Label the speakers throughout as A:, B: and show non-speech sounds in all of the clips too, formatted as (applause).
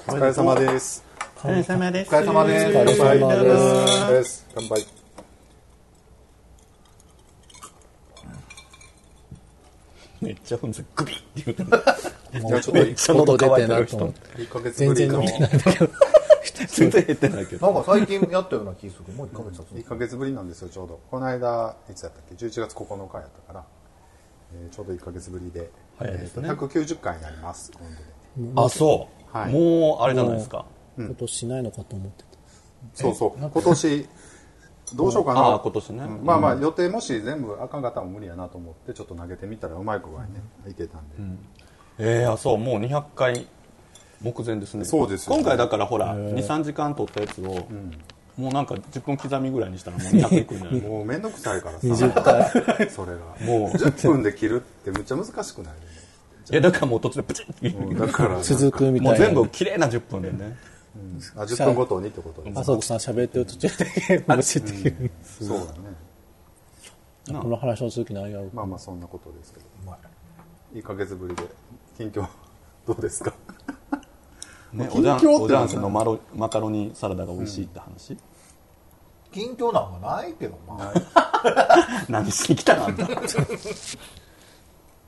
A: お疲れ様です。
B: お疲れ様です。
C: お疲れ様ですお疲れ
A: 乾
B: ど
A: 杯
B: うぞ
A: です。乾杯。
D: めっちゃほんとグビッて言うて
A: じゃあちょっ
D: めっちゃ喉
E: 出
D: 乾
E: て
D: いて
E: な
D: る
E: と思っ
D: 人
E: て
A: と一ヶ月ぶりの
E: 全然飲
D: 全然減ってないけど
C: なんか最近やったような気する。もう1ヶ月経つ
A: 一ヶ月ぶりなんですよちょうど。この間いつやったっけ11月9日やったから、えーちょうど一ヶ月ぶりで、
D: 早いですね
A: えーと190回になります今度で。
D: あそう、
A: はい
D: もうあれじゃないですか
E: 今年ないのかと思って
A: そうそう今年どうしようかな。
D: ああ今年ね
A: うんまあまあ予定もし全部あかんかったら無理やなと思ってちょっと投げてみたらうまい子がねいけたんで。
D: えー、あそうもう200回目前ですね
A: そうですよね
D: 今回だからほら23時間撮ったやつを、もうなんか10分刻みぐらいにしたらもう200いくんじゃない
A: もうめんどくさいからさ。20回。 (laughs) それが。もう10分で切るってめっちゃ難しく (laughs) ない。
D: いやだからもう途中でプチッて、
A: うんだからなんか
E: た続くみ
D: も
E: た
D: う
E: いな
D: 全部綺麗な10分でね
A: あ10分ごとにってことです
E: あそうさん喋ってる途中で無視っていう
A: そうだね
D: ん
E: この話の続き何やろう
A: まあまあそんなことですけど1ヶ月ぶりで近況 (laughs) どうですか
D: ね
A: 近
D: おじゃ
A: 況
D: ん
A: って
D: おじゃんすのマロマカロニサラダが美味しいって話、
C: 近況なんかないけどな。
D: 何しに来たのあんたそ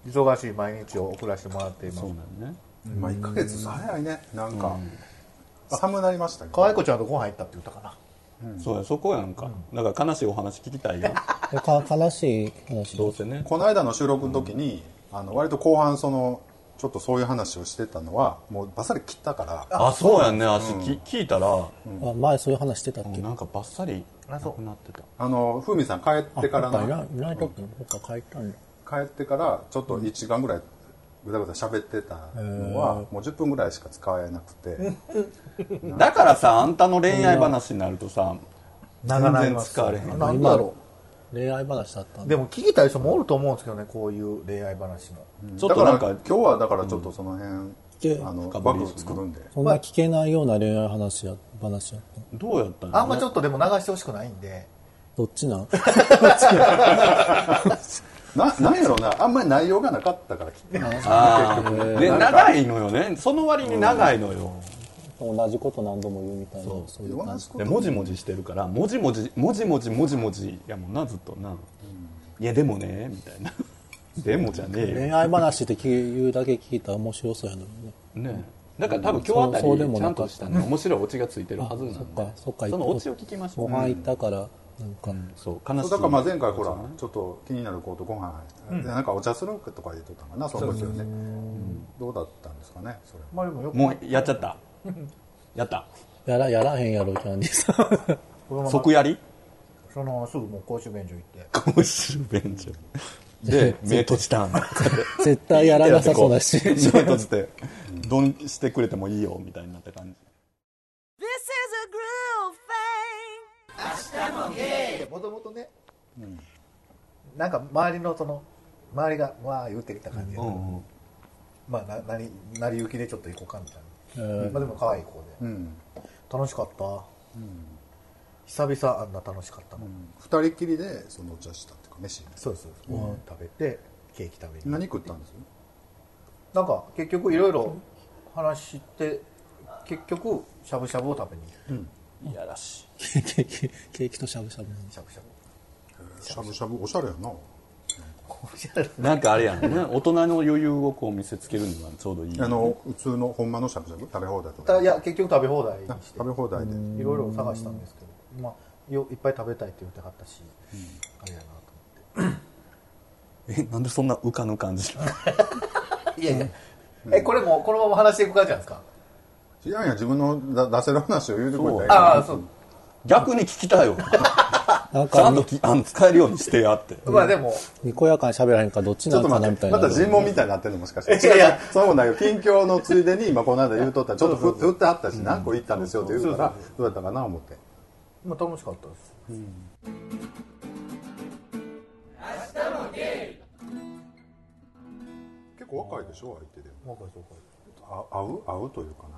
C: 忙しい毎日を送らせてもらっています
D: う。なんね
A: まあ1ヶ月早いねなんか寒なりましたけど
C: 可愛い子ちゃんとご飯行ったって言ったかな。
D: そうやそこやんか、だから悲しいお話聞きたいよ
E: か悲しい話
D: どうせね
A: この間の収録の時にあの割と後半そのちょっとそういう話をしてたのはもうバッサリ切ったから
D: あそうやんね足、き聞いたら、
E: あ前そういう話してたっけ
D: なんかバッサリなくなってた
A: あのふみさん帰ってから
E: あい
A: な
E: ないいない時に僕は帰ったんだ
A: 帰ってからちょっと1時間ぐらいぐだぐだ喋ってたのはもう10分ぐらいしか使えなくて
D: だからさあんたの恋愛話になるとさ
C: 長なり
D: 全然
C: ます
D: 使われへん
C: なんだろ
E: 恋愛話だったんだ
C: う。でも聞きたい人もおると思うんですけどね、こういう恋愛話も。
D: ちょっとなん
A: だ
D: か
A: ら今日はだからちょっとその辺、
E: で
A: あの
D: 深掘り
A: 枠作るんで
E: そんな聞けないような恋愛話や話やった
D: どうやったんや
C: あんまちょっとでも流してほしくないんで。
E: どっ
D: (laughs)
E: ちなん
A: ななんやろうなあんまり内容がなかったからきっと
D: あーね長いのよねその割に長いのよ、
E: 同じこと何度も言うみたいなそういう
A: 同
E: 感じ
A: じこ
D: で
A: と
D: もじもじしてるからもじもじもじもじもじもじやもんなずっとな、いやでもねみたいなでもじゃねえよ
E: 恋愛話って言うだけ聞いたら面白そうやのにね
D: ねだから多分今日あた
E: そうでも
D: り
E: な
D: ち
E: か
D: ゃんと
E: った
D: したね面白いオチがついてるはずなんで
E: そっかそっか
D: のオチを聞きましょ
E: ご
D: う、
E: 飯行ったからなんか
D: そう悲
A: そう
D: しい
A: だからまあ前回ほらちょっと気になる子とご飯、でなんかお茶するとか言ってたかなその時はねうんどうだったんですかねそれ
C: まあでもよく、
D: もうやっちゃったやった
E: やらやらへんやろキャンディーさん
C: このまま
D: 即やり
C: そのすぐもう公衆便所行って。
D: 公衆便所 (laughs) で目閉じたん
E: (laughs) 絶対やらなさそうだし
D: (laughs) 目閉じてどんしてくれてもいいよみたいになった感じ
F: This is a groove thing.
C: もともとね、なんか周りのその周りがわー言うてきた感じやけど、まあななり成り行きでちょっと行こうかみたいな、まあ、でも可愛い子で、
A: うん
C: 楽しかった、久々あんな楽しかったの、
A: 二人きりでそのお茶したっていうか飯
C: そうですご飯食べてケーキ食べに、
A: 何食ったんです
C: なんか結局いろいろ話して結局しゃぶしゃぶを食べに行って、
D: い
E: (laughs)
D: やらしい
E: ケーキケーキとしゃぶしゃぶなんで
C: しゃぶしゃぶ
A: しゃぶしゃぶおしゃれやな
D: なんかあれやんね大人の余裕をこう見せつけるにはちょうどいい
A: あの普通のほんまのしゃぶしゃぶ食べ放題とか
C: たいや結局食べ放題にして
A: 食べ放題で
C: いろいろ探したんですけど、まあ、よいっぱい食べたいって言ってはったし、あれやなと
D: えなんでそんな浮かぬ感じ
C: 思っていやいや、えこれもうこのまま話していく感じなんですか
A: いやいや自分のだ出せる話を言うてくれたらいいから
C: ああそう、
D: 逆に聞きたいよ
E: なん
D: ちゃ
E: か
D: んと
E: に
D: きあの使えるようにしてやって
C: まあでも
E: にこやかにしゃべらへんからどっ
A: ち
E: ち
A: ょ
E: な
A: っ
E: ん
A: と
E: か
A: 待
E: なみ
A: ったて、
E: い
A: ま
E: な
A: た尋問みたいになってるのもしかして。
C: いやいや
A: そうもないよ。近況のついでに、今この間言うとったら、ちょっとふ振ってあったし、何個言ったんですよって言うから、どうだったかな思って。
C: まあ楽しかったです
A: 結構若いでしょ、相手で。
C: 若い人若い
A: あ合う合うというかね。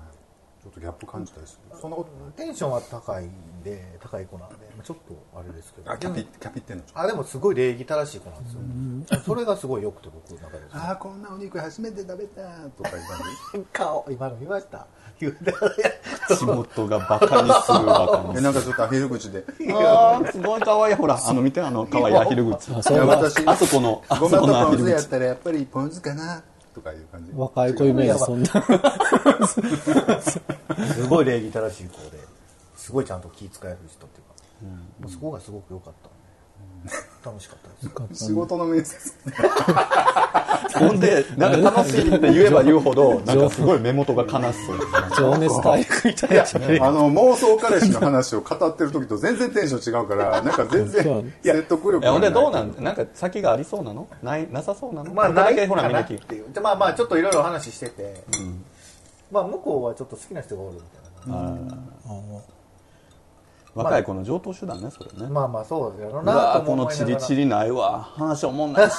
A: ちょっとギャップ感じたりする。そんなことない。
C: テンションは高いんで、高い子なんで、まあちょっとあれですけど。
A: あ、キャピ、キャピってんのちょっと
C: あ、でもすごい礼儀正しい子なんですよ。それがすごい良くて、僕の中で。
A: あー、こんなお肉初めて食べたとか言ったのに。
C: 顔、今の見ました言うて
D: 仕事がバカにするバカ
A: え
D: にする
A: なんかちょっとアヒル口で「
D: あーすごい可愛いほらあの見てあの可愛いアヒル口
E: あ
A: い
E: そ
A: や
E: れは
A: 私
D: あそこのあ
A: ご
D: そ
A: ま
D: ことのア
A: ポ
D: ヒ
A: ン酢
D: ル
A: やっ
D: 口
A: たらやっぱりポン酢かな」とかいう感じ
E: 若い子イメージそんな。
C: すごい礼儀正しい子で、すごいちゃんと気遣える人っていうか、もうそこがすごく良かったんで、楽しかったです。
A: 仕事の面接
D: ほんでなんか楽しいって言えば言うほどなんかすごい目元が悲しそう
E: 情熱大陸みたいな。
A: あの妄想彼氏の話を語ってる時と全然テンション違う
C: (laughs)
A: からなんか全
E: そ
A: 然
E: う
A: 説得力
D: えほんでどうなんんなんか先がありそうなのないなさそうなの
C: まあ、
D: ここ
C: な
D: だ
C: い
D: けほら
C: か
D: みん
C: な
D: な
C: って
D: 聞いて
C: いう。でまあまあ、ちょっといろいろ話してて、まあ、向こうはちょっと好きな人がおるみたいな。
D: 若い子の上等手段ねそれね
C: まあまあ、そうやろ
D: う
C: な
D: わ
C: と
D: ーこ
C: も
D: の
C: 思い
D: チ
C: なが
D: リ
C: ら。
D: チリないわ話おもん
C: (laughs)
D: ないし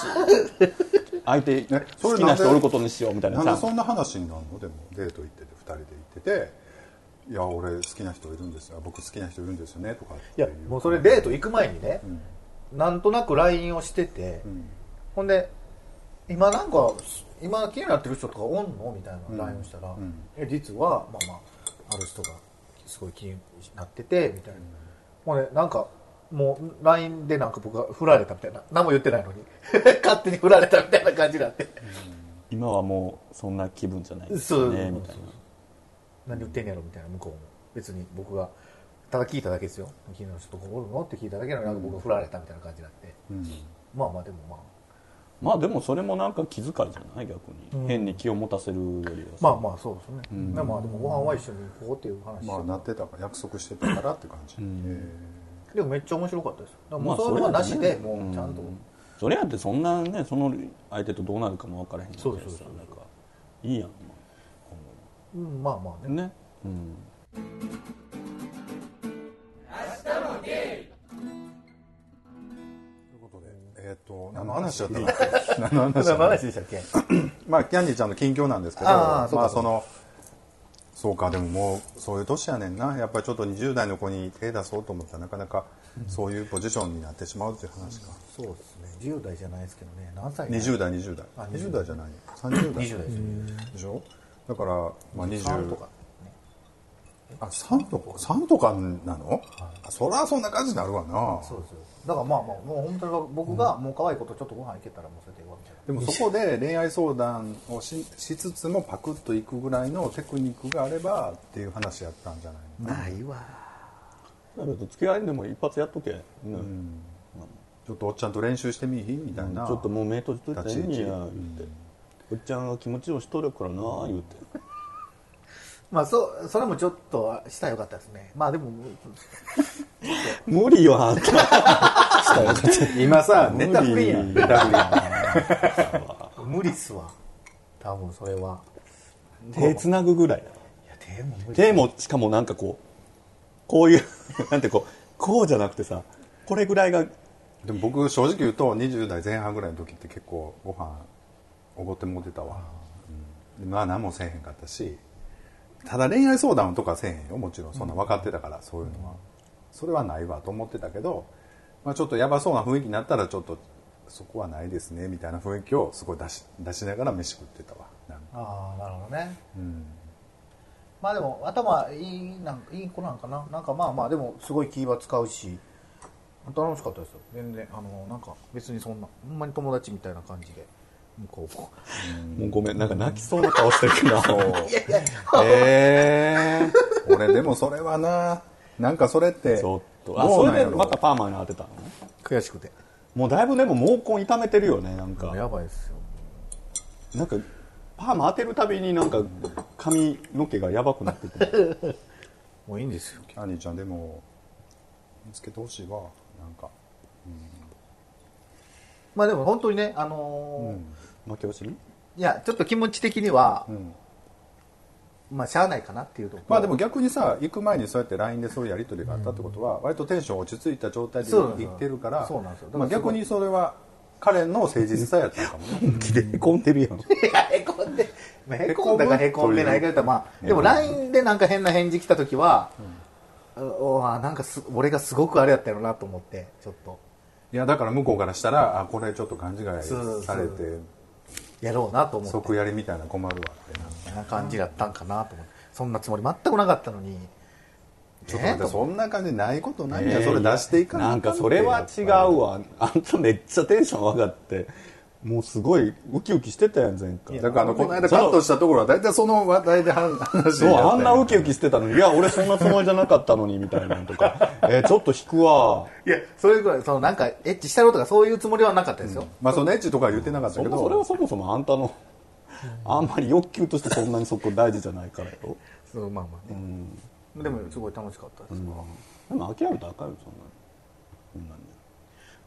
D: 相手
A: えそれ
D: 好きな人おることにしようみたいな
A: なん
D: さ
A: でそんな話になるのでもデート行ってて2人で行ってて「いや俺好きな人いるんですよ僕好きな人いるんですよね」とかって
C: いやもうそれデート行く前にね、なんとなく LINE をしてて、ほんで今なんか今気になってる人とかおんのみたいな LINE をしたら、え実はまあまあある人がすごい気になっててみたいな、ほんでなんかもう LINE でなんか僕が振られたみたいな何も言ってないのに (laughs) 勝手に振られたみたいな感じになって、
D: 今はもうそんな気分じゃないです
C: そう
D: ねみたいな
C: 何言ってんやろみたいな向こうも別に僕がただ聞いただけですよ気になる人とかおるのって聞いただけなのになんか僕が振られたみたいな感じになって、まあまあでもまあ
D: まあでもそれもなんか気遣いじゃない逆に変に気を持たせるよりはさ
C: まあまあそうですね、でまあでもご飯は一緒に行こうっていう話、
A: まあなってたから約束してたからって感じ、
C: でもめっちゃ面白かったですだからも
D: ま
C: う
D: あ
C: そういうのはなし
D: そ
C: で
D: れはね
C: もうちゃんと、
D: それやってそんなねその相手とどうなるかも分からへんわけやし
C: そうそうそう
D: なんかいいやん
C: うんまあまあね
D: ね、うん、
A: ということでえっ、と何の話だったの何の話だった
C: (laughs) 何の
A: の
C: 話でしたっけ
A: まあ、キャンディーちゃんの近況なんですけど、
C: ああそうか
A: まあ、その、そうか、でももう、そういう年やねんな。やっぱりちょっと20代の子に手出そうと思ったら、なかなか、そういうポジションになってしまうっていう話か。
C: そうですね10代じゃないですけどね何歳
A: 20代、20代。
C: あ
A: 20代じゃない。30代。
C: 20代ですよ
A: でしょだから、まあ、
C: 3
A: 20
C: とかね
A: あ、3とか、三とかなの、あそりゃそんな感じになるわな。
C: そうですよだからまあまあもう本当に僕がもう可愛い子とちょっとご飯行けたらもうそれでいいわみたいな
A: でもそこで恋愛相談をししつつもパクッといくぐらいのテクニックがあればっていう話やったんじゃないの
C: ないわ
D: だけど付き合いでも一発やっとけ、ね
A: ちょっとおっちゃんと練習してみいひみたいな、
D: ちょっともう目閉じといたらいいんや
A: 立ち位
D: 言うて、おっちゃんが気持ちをしとるからな言うて
C: まあそそれもちょっとしたらよかったですねまあでも
D: 無理よあんた
A: 今さネタフリーやんネタフリー
C: 無理っすわ多分それは
D: 手つなぐぐらい
C: いやでも無理
D: 手もしかもなんかこうこういう (laughs) なんてこうこうじゃなくてさこれぐらいが
A: でも僕正直言うと20代前半ぐらいの時って結構ご飯おごってもうてたわ、うんまあ何もせえへんかったしただ恋愛相談とかせえへんよもちろんそんな分かってたから、そういうのはそれはないわと思ってたけど、まあ、ちょっとやばそうな雰囲気になったらちょっとそこはないですねみたいな雰囲気をすごい出し出しながら飯食ってたわなんか
C: ああなるほどね、まあでも頭いいなんいい子なんかななんかまあまあでもすごい気は使うし楽しかったですよ全然あのなんか別にそんなほんまに友達みたいな感じで向こうも
D: もうごめんなんか泣き (laughs) そうな顔してるけど
A: え
D: (laughs)
A: え俺でもそれはななんかそれって
D: ちょっとあ
A: どう
D: そ
A: なんや
D: れで
A: ろ
D: またパーマに当てたの
C: 悔しくて
D: もうだいぶでも毛根痛めてるよねなんか
C: やばいですよ
D: なんかパーマ当てるたびになんか髪の毛がやばくなってて
C: もういいんですよ
A: キャニーちゃんでも見つけてほしいわなんか
C: まあでも本当にねあのー
D: 負け惜しみ
C: いやちょっと気持ち的には、まあしゃあないかなっていうところ
A: まあでも逆にさ行く前にそうやって LINE でそういうやり取りがあったってことは割とテンション落ち着いた状態で
C: そうなんです
A: 行
C: よ
A: ってるから
C: そうなんですよだか
A: まあ
C: らすごい
A: 逆にそれは彼の誠実さやったのかもね
D: 本気でへこんでるやん
C: いやへこんでまあへこんだかへこんでないかだったらまあでも LINE でなんか変な返事来た時は、おあなんかす俺がすごくあれやったよなと思ってちょっと
A: いやだから向こうからしたらあこれちょっと勘違いされ
C: そうそ
A: て
C: やろうなと思って
A: 即やりみたいな困るわってな
C: そんな感じだったんかなと思ってそんなつもり全くなかったのに
A: ちょっと待って
C: ね
A: そんな感じないことない
D: え
A: やん
D: ー
A: それ出していか
D: なんかそれは違うわあんためっちゃテンション上がってもうすごいウキウキしてたやん前回
A: だからあのこの間カットしたところは大体その話題で話話
D: そう
A: にったよ
D: あんなウキウキしてたのにいや俺そんなつもりじゃなかったのにみたいなのとかえーちょっと引くわ
C: いやそれぐらいそのなんかエッチしたろとかそういうつもりはなかったですよ、
A: まあそのエッチとかは言ってなかった
D: そ
A: け
D: んなそれ
A: ど
D: はそもそもあんたのあんまり欲求としてそんなにそこ大事じゃないからよ
C: そうまあまあね、でもすごい楽しかったです、
D: でも諦めたらあかんよそんなの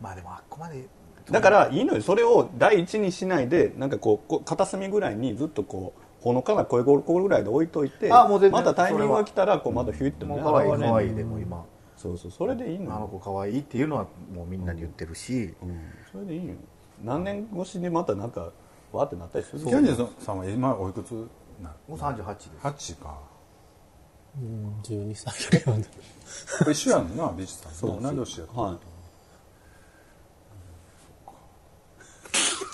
C: まあでもあっこまで
D: だからいいのよそれを第一にしないでなんかこうこう片隅ぐらいにずっとこうほのかな声心ぐらいで置いといて
C: あもう全然
D: またタイミングが来たらこうまたヒュイって
C: も
D: ね
C: う可愛い
D: 現れる
C: 可愛いでもう今
D: そうそうそれでいい
C: あの
D: の
C: 子可愛いっていうのはもうみんなに言ってるし、
D: よ、うん、それでいいよ何年越しにまたなんかわーってなったりする
A: キャンディーさんは今おいくつな
C: もう38です
A: 8か
E: うん12歳ぐらいまで
A: 一緒やんな美術さんと同い年やった
D: はい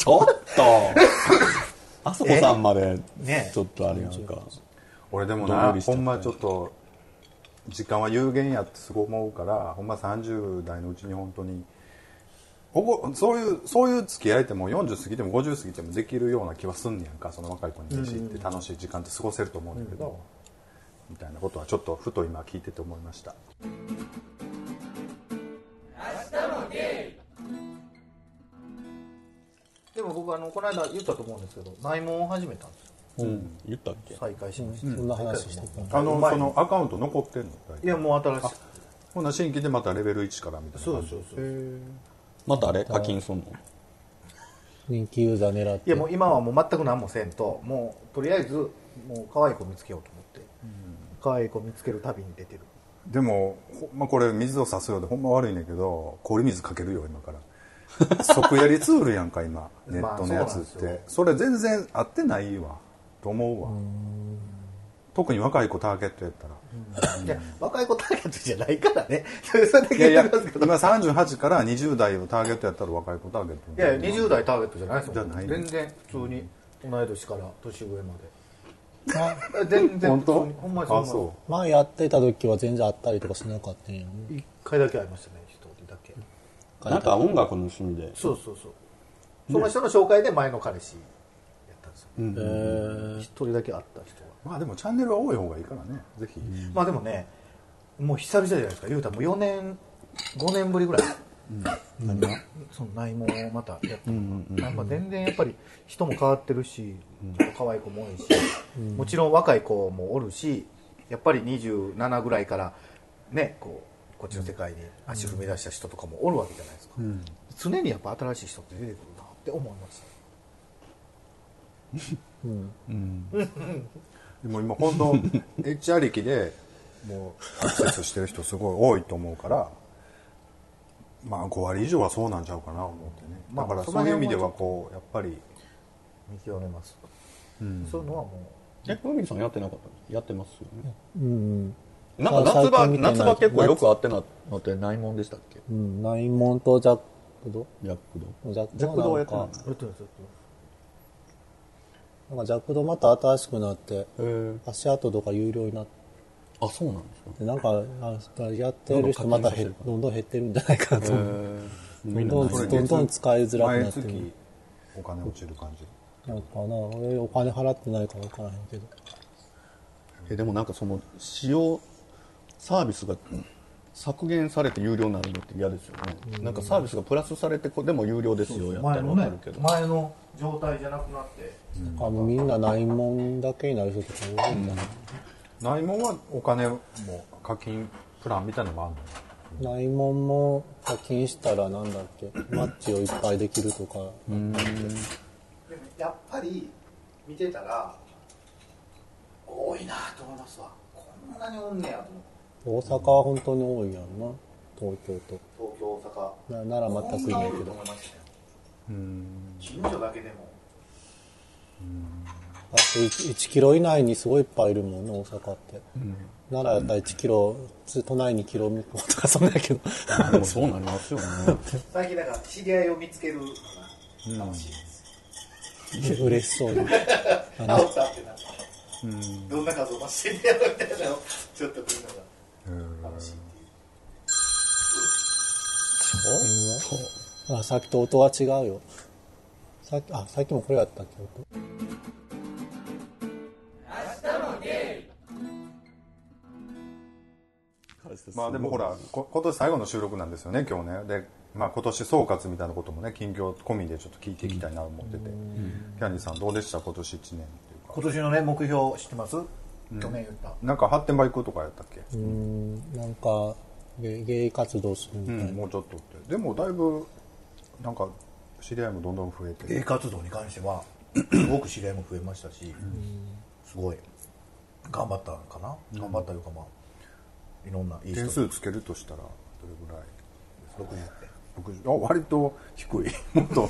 D: ちょっ
C: (laughs)
D: とあそこさんまで
C: ね
D: ちょっとあれやんか
A: 俺でも
D: どん
A: な
D: よりしち
A: ほ
D: ゃった
A: んまちょっと時間は有限やってすごい思うからほんま30代のうちに本当におごそういうそういう付き合いってもう40過ぎても50過ぎてもできるような気はすんねやんかその若い子に弟子って楽しい時間って過ごせると思うんだけど、みたいなことはちょっとふと今聞いてて思いました
C: でも僕あのこの間言ったと思うんですけど内門を始めたんですよ
D: うん言ったっけ
C: 再開しました、
E: そんな話してた
A: あのそのアカウント残ってんの
C: いやもう新しい
A: ほな新規でまたレベル1からみたいな
C: そう
A: 感
C: で
A: じ
C: すそうです
D: またあれ課金すんの
E: 人気ユーザー狙っ
C: い
E: て
C: やもう今はもう全く何もせんともうとりあえずもう可愛い子見つけようと思って、可愛い子見つける旅に出てる
A: でも、ほんまこれ水を差すようでほんま悪いねんけど氷水かけるよ今から
C: (laughs)
A: 即やりツールやんか今ネットのやつっ
C: そうなん
A: て
C: で
A: それ全然合ってないわと思うわ特に若い子ターゲットやったら
C: いや若い子ターゲットじゃないからねそれだけ
A: いやい
C: 言っ
A: や
C: てますけど
A: 今38から20代をターゲットやったら若い子ターゲット
C: いやいや20代ターゲットじゃないです
A: じ
C: も
A: ゃ
C: ん
A: ない
C: 全然普通に同い年から年上まで全然
A: 本当
C: 普通にほんま
A: あ
C: にほんま
A: そ
E: 前やってた時は全然あったりとかしなかったんやね
C: に一回だけ会いましたね一人だけ
D: なんか音楽の趣味で
C: そうそうそうその人の紹介で前の彼氏やったんですよ
E: へー
C: 一人だけ会った人は
A: うまあでもチャンネルは多い方がいいからねぜひ
C: まあでもねもう久々じゃないですか言うたらもう4年5年ぶりぐらい、その内門をまたやってなんか全然やっぱり人も変わってるし、ちょっと可愛い子も多いし、もちろん若い子もおるしやっぱり27ぐらいからねこうこっちの世界に足踏み出した人とかもおるわけじゃないですか、常にやっぱ新しい人って出てくるなって思いました
A: でも今本 (laughs) 当 H ありきでもうアクセスしてる人すごい多いと思うからまあ5割以上はそうなんちゃうかな思ってね
C: ま
A: だ
C: あ
A: から
C: そ
A: そ
C: の
A: ういう意
C: 辺
A: 味
C: も
A: ではこうやっぱり
C: 見極めます、そういうのはも
D: え海さんやってなかったやってますよね
E: うん
D: なんか夏場
E: 最近みたい
D: 夏
E: な
D: 場結構よく会ってなのってないもんでしたっけ
E: うん内門とジャックド
D: ヤックド
E: ジャック
D: ジャックド
E: ド
D: はや
E: な
D: っ
E: ん
D: てない
E: か
D: んです
C: うやってるんですよ
E: なんかジャックドまた新しくなって
D: へ
E: 足跡とか有料になって
D: あそうなんですか
E: なんかあやってる人また減どんどん減ってるんじゃないかなと思うどんどん
A: これ
E: どんどん使いづらくなって
A: 毎
E: る
A: 月お金落ちる感じ
E: なんかな俺お金払ってないから分からへんけど
D: えでもなんかその使用サービスが削減されて有料になるのって嫌ですよねなんかサービスがプラスされてこでも有料ですよやったら
C: 前
D: 分
C: の
D: か
C: ね
D: るけど
C: 前の状態じゃなくなって
E: あもうみんな内門だけになる人とか多いんだな、
A: ないもんはお金も課金プランみたいなのもあるの
E: 内門も課金したらなんだっけマッチをいっぱいできるとか
C: でもやっぱり見てたら多いなと思いますわこんなにおんねやと
E: 大阪は本当に多いやんな東京と
C: 思って東京
E: な奈良
C: 大阪
E: 全くいないけ
C: こん
E: ど
C: おと思いましたよ近所だけでも
E: あと 1, 1キロ以内にすごいいっぱいいるもんね大阪って、奈良やったら1キロ、普通都内2キロとかそんなんやけど
D: でもそうなりますよね
C: 最近だから知り合いを見つけるのが楽しいです、
E: 嬉しそうに
C: うあおったってな、どんな数を知り合いみたいなのをちょっと見るのが楽しいっていう
E: あさっきと音は違うよさっきあさっきもこれやったっけ音
A: まあでもほらこ今年最後の収録なんですよね今日ねで、まあ、今年総括みたいなこともね近況込みでちょっと聞いていきたいなと思ってて、キャンディーさんどうでした今年1年っていうか
C: 今年のね目標知ってます、去年言った
A: なんか発展場行くとかやったっけ、
E: うーんなんか芸芸活動するみた
A: う
E: い
A: ん
E: な、
A: もうちょっとってでもだいぶなんか知り合いもどんどん増えて
C: 芸活動に関して (clears throat) はすごく知り合いも増えましたしすごい頑張ったかな頑張ったというかまあいろんないい人
A: 点
C: 60
A: 数つけるとしたらどれぐらい
C: 点
A: 60あ割と低い (laughs) もっと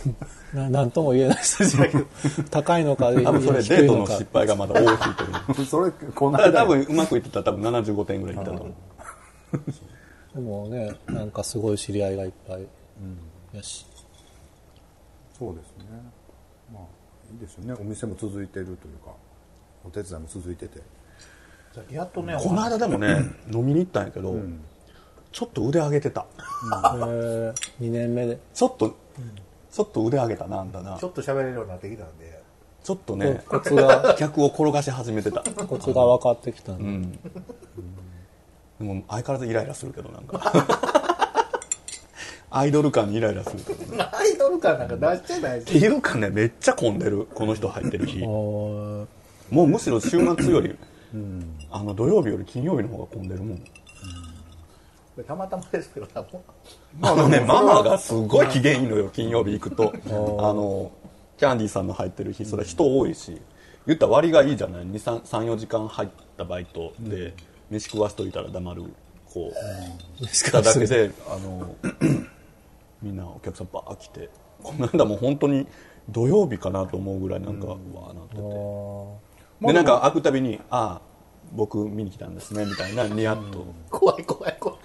E: ななんとも言えない数字だ
D: (laughs)
E: けど高いのか低い
D: 多
E: の
D: 分それ
E: か
D: デートの失敗がまだ大きいと (laughs) 思う
A: それこん
D: あ
A: な
D: れ多分うまくいってたら多分75点ぐらいいったと思う
E: でもねなんかすごい知り合いがいっぱい、やし
A: そうですねまあいいですよねお店も続いてるというかお手伝いも続いてて
C: やっとね
D: この間でも (laughs) ね飲みに行ったんやけど、ちょっと腕上げてた
E: えー、2年目で
D: ちょっと、ちょっと腕上げたなあんだな
C: ちょっと喋れるようになってきたんで (laughs)
D: ちょっとね
E: コツが
D: 客を転がし始めてた
E: コツが分かってきたんで、 (laughs)
D: でも相変わらずイライラするけどなん
C: (laughs)
D: かアイドル感にイライラするけどね
C: アイドル感なんか出してない
D: っていうかねめっちゃ混んでるこの人入ってる日
E: おー
D: もうむしろ週末より、あの土曜日より金曜日の方が混んでるもん
C: たまたまですけど多分
D: あのねママがすごい機嫌いいのよ金曜日行くとあのキャンディーさんの入ってる日それは人多いし言ったら割がいいじゃない34時間入ったバイトで飯食わしといたら黙るこうしただけであのみんなお客さんバー来てこの間もう本当に土曜日かなと思うぐらいなんかうわーなっててでなんか開くたびに「ああ僕見に来たんですね」みたいなニヤッと
C: 怖い怖い怖い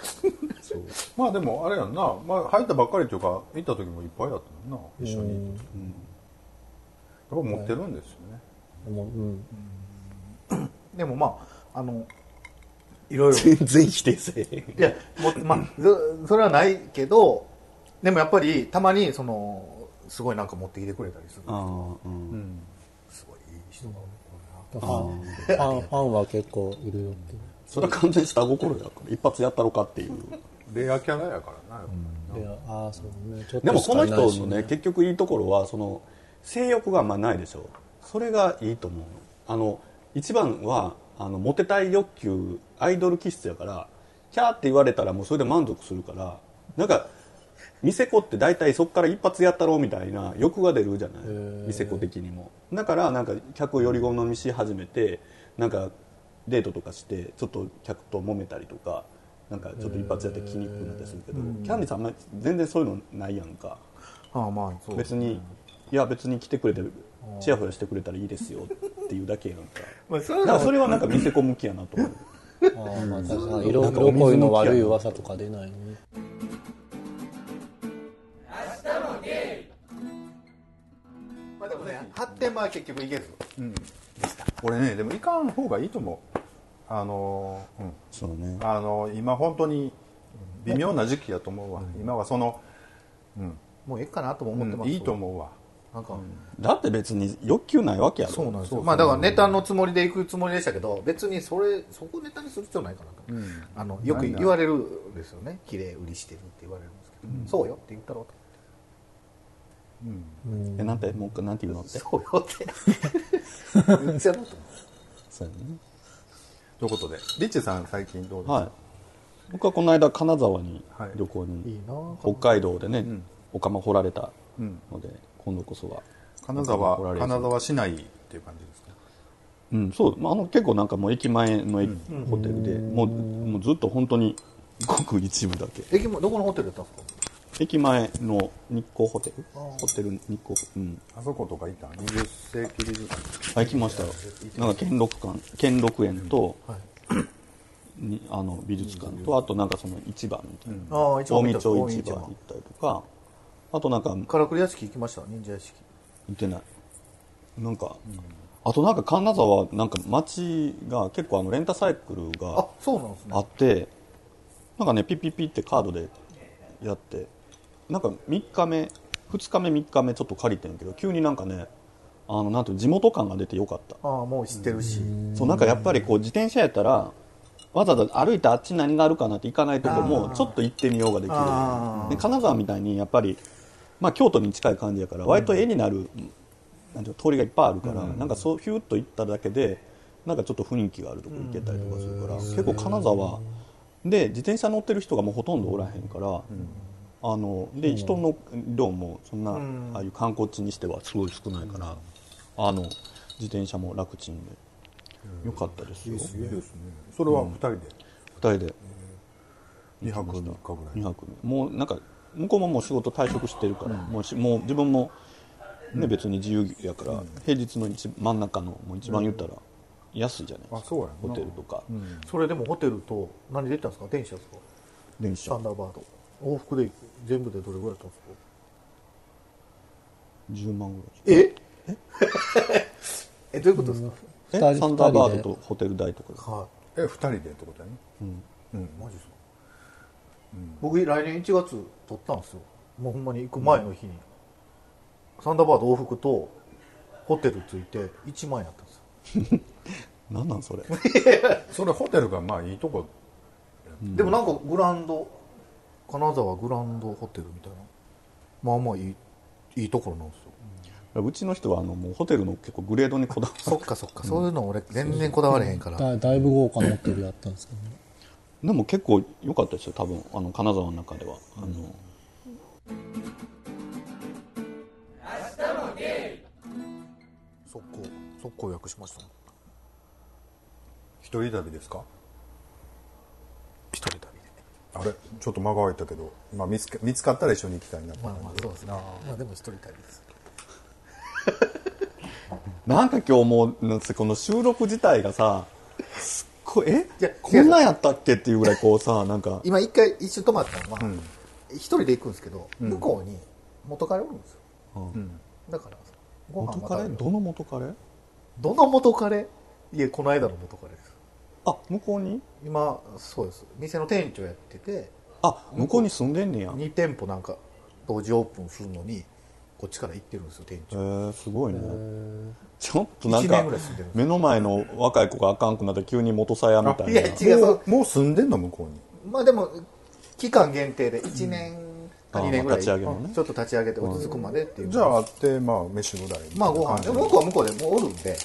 A: まあでもあれやんな、まあ、入ったばっかりというか行った時もいっぱいだったもんな一緒に、うんやっぱ持ってるんですよね、
E: でもうん
C: (laughs) でもまああのいろいろ
D: 全然否定せえへん
C: いや、もうまあ、そそれはないけど、でもやっぱり、たまに、その、すごいなんか持ってきてくれたりする。
D: ああうん
C: すごいいい人が
E: ファンファンファンは結構いるよって
D: それは完全に下心やから一発やったろかっていう
A: レアキャラやからなやっぱり
E: いやああそうねちょっ
D: で
E: と
D: も
E: しか
D: こ
E: いな
D: の
E: いし
D: 人のね結局いいところはその性欲があんまないでしょそれがいいと思うのあの一番はあのモテたい欲求アイドル気質やからキャーって言われたらもうそれで満足するからなんか店子って大体そこから一発やったろうみたいな欲が出るじゃない店子的にもだからなんか客をより好みし始めてなんかデートとかしてちょっと客と揉めたりとかなんかちょっと一発やって気にくくなったりするけど、キャンディーさんあんまり全然そういうのないやんか
C: ああ、まあ、そう。
D: 別にいや別に来てくれてチヤホヤしてくれたらいいですよっていうだけやんか
C: (laughs) まあ、そ
D: だからそ
C: れ
D: れはなんか店子向きやなと
C: (laughs)
D: 思う
E: ああまあ確かに
D: な
E: 色
D: んかお水
E: 色恋の悪い
D: 向きやな
E: 噂とか出ないね
C: まあ、でもね、発展は結局いける。
A: 俺ねでも行かん方がいいと思うあのー、うん
D: そうね
A: あの今本当に微妙な時期やと思うわ、今はその、
C: もういいかなとも思ってま
A: うん
C: す。
A: いいと思うわ
C: なんか、
D: だって別に欲求ないわけやろ
C: そうなんですよ。まあ、だからネタのつもりで行くつもりでしたけど、別にそれ、そこネタにする必要ないかなと。あの、よく言われるんですよね。綺麗売りしてるって言われるんですけど、そうよって言ったろうと。
D: えなんてもう一回なんて言うのって
C: そうよって。 (laughs) 言っちゃろうと思う。
D: そうやね
A: ということでリッチさん最近どうですか、
D: はい僕はこの間金沢に
A: はい
D: 旅行に、
C: いいなあ
D: 北海道でね、お釜掘られたので、今度こそは
A: 金
D: お釜掘ら
A: 沢
D: れ
A: 金沢市内っていう感じですか
D: うん、そう、まあ、あの結構なんかもう駅前の駅ホテルで、もうもうずっと本当にごく一部だけ
C: 駅も、どこのホテルだったんですか
D: 駅前の日光ホテルホテル日光うん
A: あそことか行った20世紀美術館
D: あ行きましたよなんか兼六館兼六園と、にあの美術館とあとなんかその市場みたいな、
C: ああ一
D: 近
C: 応見
D: 江
C: た
D: 町
C: 近江
D: 市
C: 市
D: 場
C: 場
D: 行ったりとかあとなんか行
C: からくり屋敷行きました忍者屋敷
D: ってないなんか、あとなんか金沢なんか町が結構あのレンタサイクル
C: あ
D: が
C: そうなんですね
D: あってなんかねピッピッピってカードでやってなんか3日目2日目3日目ちょっと借りてんけど急になんかねあのなんていうの地元感が出てよかった
C: ああもう知ってるし
D: そうなんかやっぱりこう自転車やったらわざわざ歩いてあっち何があるかなって行かないとこもちょっと行ってみようができ
C: あ
D: るで金沢みたいにやっぱり、まあ、京都に近い感じやから割と絵になる、なんていうの通りがいっぱいあるから、なんかそうヒューッと行っただけでなんかちょっと雰囲気があるとこ行けたりとかするから、結構金沢で自転車乗ってる人がもうほとんどおらへんから。あので人の量もそんな、ああいう観光地にしてはすごい少ないから、あの自転車も楽ちんで良かったですよ。
A: いいですねそれは2人で
D: 二人で
A: 2泊3日ぐ
D: 二
A: らい
D: 泊目。もうなんか向こうももう仕事退職してるから、もうしもう自分もね別に自由やから、平日の一真ん中のもう一番言ったら安いじゃないですか。
A: あそうやんな
D: ホテルとか
C: それでもホテルと何で行ったんですか電車ですか
D: 電
C: サ
D: 車
C: ンダーバード往復で全部でどれぐらいだったんですか
D: 十万ぐらい。
C: え (laughs) えどういうことですか、
D: え
E: 二人
D: サンダーバ
E: 二
D: ー
E: 人
D: ドとホテル代とかです
C: は
A: え
C: い
A: 2人でってことやね
C: マジですか、僕来年1月取ったんですよもうほんまに行く前の日に、サンダーバード往復とホテルついて1万円やったんですよ
D: なんなんそれ。
A: それホテルがまあいいとこ
C: でもなんかグランド金沢グランドホテルみたいなまあまあいいいいところなんですよ、
D: うちの人はあのもうホテルの結構グレードにこだわる。 (laughs)
C: そっかそっか、そういうの俺全然こだわれへんから、
E: だだいぶ豪華なホテルだったんですけどね。
D: でも結構良かったですよ多分あの金沢の中では。あの、
C: 速攻速攻予約しましたもん
A: 一人旅ですか
C: 一人旅で
A: あれちょっと間が空いたけど、まあ、見つけ見つかったら一緒に行きたいなと
C: まあまあそうですねまあでも一人旅です
D: なんか今日もうなんせこの収録自体がさすっごい
C: いや
D: えこんなんやったっけっていうぐらいこうさなんか
C: 今一回一周泊まったのは、一人で行くんですけど、向こうに元彼おるんですよ、だからご飯
D: 元
C: また
D: カレどの元カレ
C: どの元彼いえこの間の元彼です
D: あ向こうに
C: 今そうです店の店長やってて
D: あ向こうに住んでんねやへ
C: 2店舗なんか同時オープンするのにこっちから行ってるんですよ店長
D: えすごいねちょっとなん
C: 一
D: か
C: 年ぐらい住んでるんです
D: 目の前の若い子があかんくなって急に元さやみたい
C: い
D: な
C: や違うそ
A: も
C: う
A: うもう住んでんの向こうに
C: まあでも期間限定で1年か2年ぐ
D: あーまあ
C: らい、
D: 立ち上げのね
C: ちょっと立ち上げて落ち着くまでっていう、
A: じゃあ会ってまあ飯ぐらい
C: まあご飯でも向こうは向こうでもうおるんで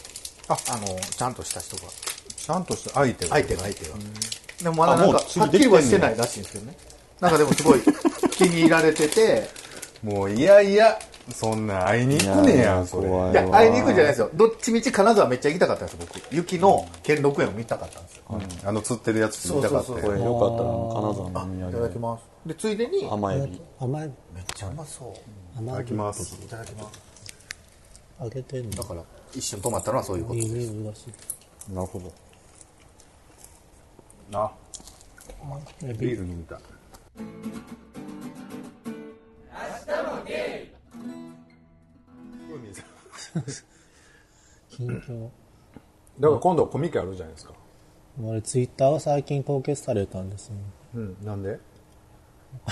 C: あのちゃんとした人が
A: ちゃんとした相手が
C: 相手が相手がでもまだなん
D: あも
C: か
D: う次
C: はっきりはして
D: できてんねや
C: ないらしいんですよねなんかでもすごい気に入られてて
D: (laughs)
A: もういやいやそんな会いに行くねやそれ
D: 怖
C: いや
D: わ
C: 会いに行くんじゃないですよどっちみち金沢めっちゃ行きたかったんですよ僕雪の兼六園を見たかったんですよ、
A: うんあの釣ってるやつ見たかった
C: そう
A: よ
C: そう
D: これよかったらあの金沢の
C: い
D: お
C: た
D: 土
C: だ
D: 産
C: きますでついでに
D: 甘エビ
E: 甘い、
C: めっちゃうまそう
A: い
E: 甘
A: ただ
E: い
A: き。ます
C: いただきます
E: 揚げてん
C: だ
E: の。
C: から一瞬泊まったのはそういうこと
E: いいね、だし。
A: なるほどあ
E: エ
A: ビー
E: ビ、
A: ル飲みたい海さん
E: 近況。
A: だから今度コミケあるじゃないですか
E: 俺、ツイッターが最近凍結されたんですよ。
A: うんなんで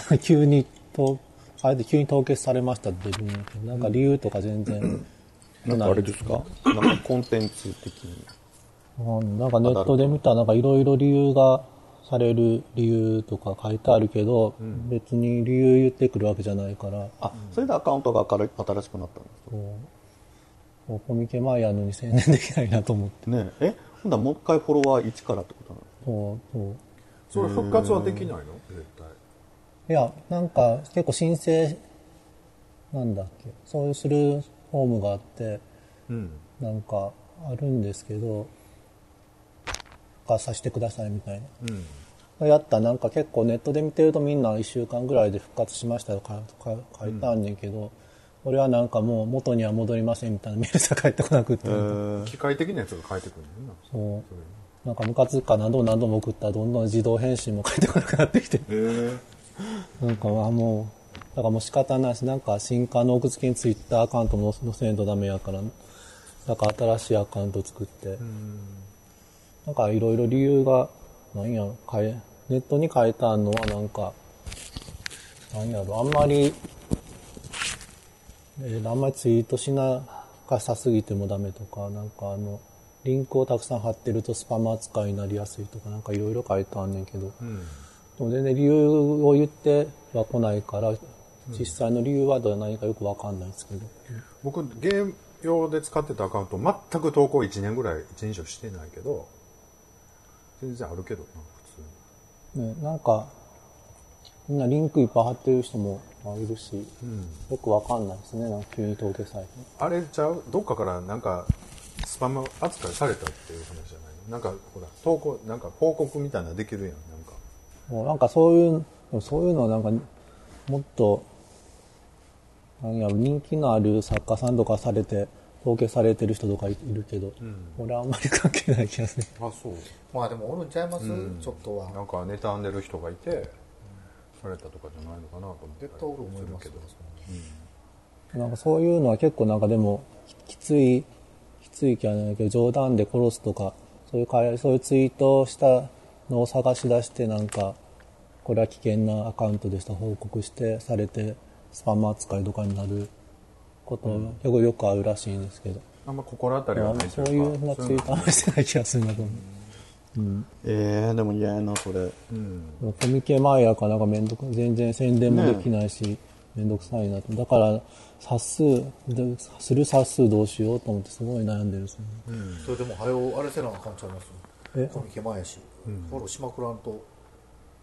E: (laughs) 急にと、あれで急に凍結されましたって言うけどなんか理由とか全然、
D: なんかあれですかなんかコンテンツ的に
E: うんなんかネットで見た、なんかいろいろ理由がされる理由とか書いてあるけど、別に理由言ってくるわけじゃないから、
D: あそれでアカウントが明るい新しくなったんですか
E: こう、もうコミケ前やのに宣伝できないなと思って、
D: ねええほんだらもう一回フォロワー1からってことなの
E: そ
A: そ
E: う、そう。
A: れ復活はできないの絶対
E: いや、なんか結構申請、なんだっけ、そうするフォームがあって、
A: うん
E: なんかあるんですけど、がさせてくださいみたいな。
A: うん
E: やったなんか結構ネットで見てるとみんな1週間ぐらいで復活しましたとかか書いたんねんけど、俺はなんかもう元には戻りませんみたいなメールしか返ってこなくって、
A: 機械的なやつが変えてくるんだよな
E: そうなんかムカつくか何度も何度も送ったらどんどん自動返信も返ってこなくなってきてなんかまあもうだからもう仕方ないしなんか新刊の奥付けにツイッターアカウントも載せんとダメやからなんか新しいアカウント作って、なんかいろいろ理由がなんやろ変えネットに変えたのはなんかなんやろあんまり、えーあんまりツイートしなかさすぎてもダメとかなんかあのリンクをたくさん貼ってるとスパム扱いになりやすいとかなんかいろいろ書いてあんねんけど、でも全然理由を言っては来ないから実際の理由はどう何かよくわかんないですけど、
A: 僕ゲーム用で使ってたアカウント全く投稿1年ぐらい1年以上してないけど全然あるけどな普通に
E: ね、なんかみんなリンクいっぱい貼ってる人もいるし、よくわかんないですねなんか急に統計されて
A: あれちゃうどっかからなんかスパム扱いされたっていう話じゃないのなんかほら投稿なんか報告みたいなのできるやんなんか
E: もうなんかそういうのそういうのはなんかもっとなんやろ人気のある作家さんとかされて統計されてる人とかいるけど、俺はあんまり関係ない気がする
A: あそう
C: まあでもおるんちゃいます、ちょっとは
A: なんか妬んでる人がいてされたとかじゃないのかなと思って
C: 絶対おる思いますけど
E: なんかそういうのは結構なんかでもききついきつい気はないけど冗談で殺すとかそういう会そういうツイートをしたのを探し出してなんかこれは危険なアカウントでした報告してされてスパム扱いとかになることよく、よくあるらしいんですけど、
A: あんま心当たりはない
E: そ
A: と
E: う
A: い
E: いうう
A: か
E: ふうなツ
A: そうい
E: イ
A: う
E: ートあんまりしてない気がするなと思う。
D: えー、でも嫌やなそれ
E: コミケ前やからなんかめんどく全然宣伝もできないし、めんどくさいなと。だから、冊数、する冊数どうしようと思ってすごい悩んでるんですよね。
C: それでも早うあれせなあかんちゃいます
E: え
C: コミケ前やし、フォローしまくらんと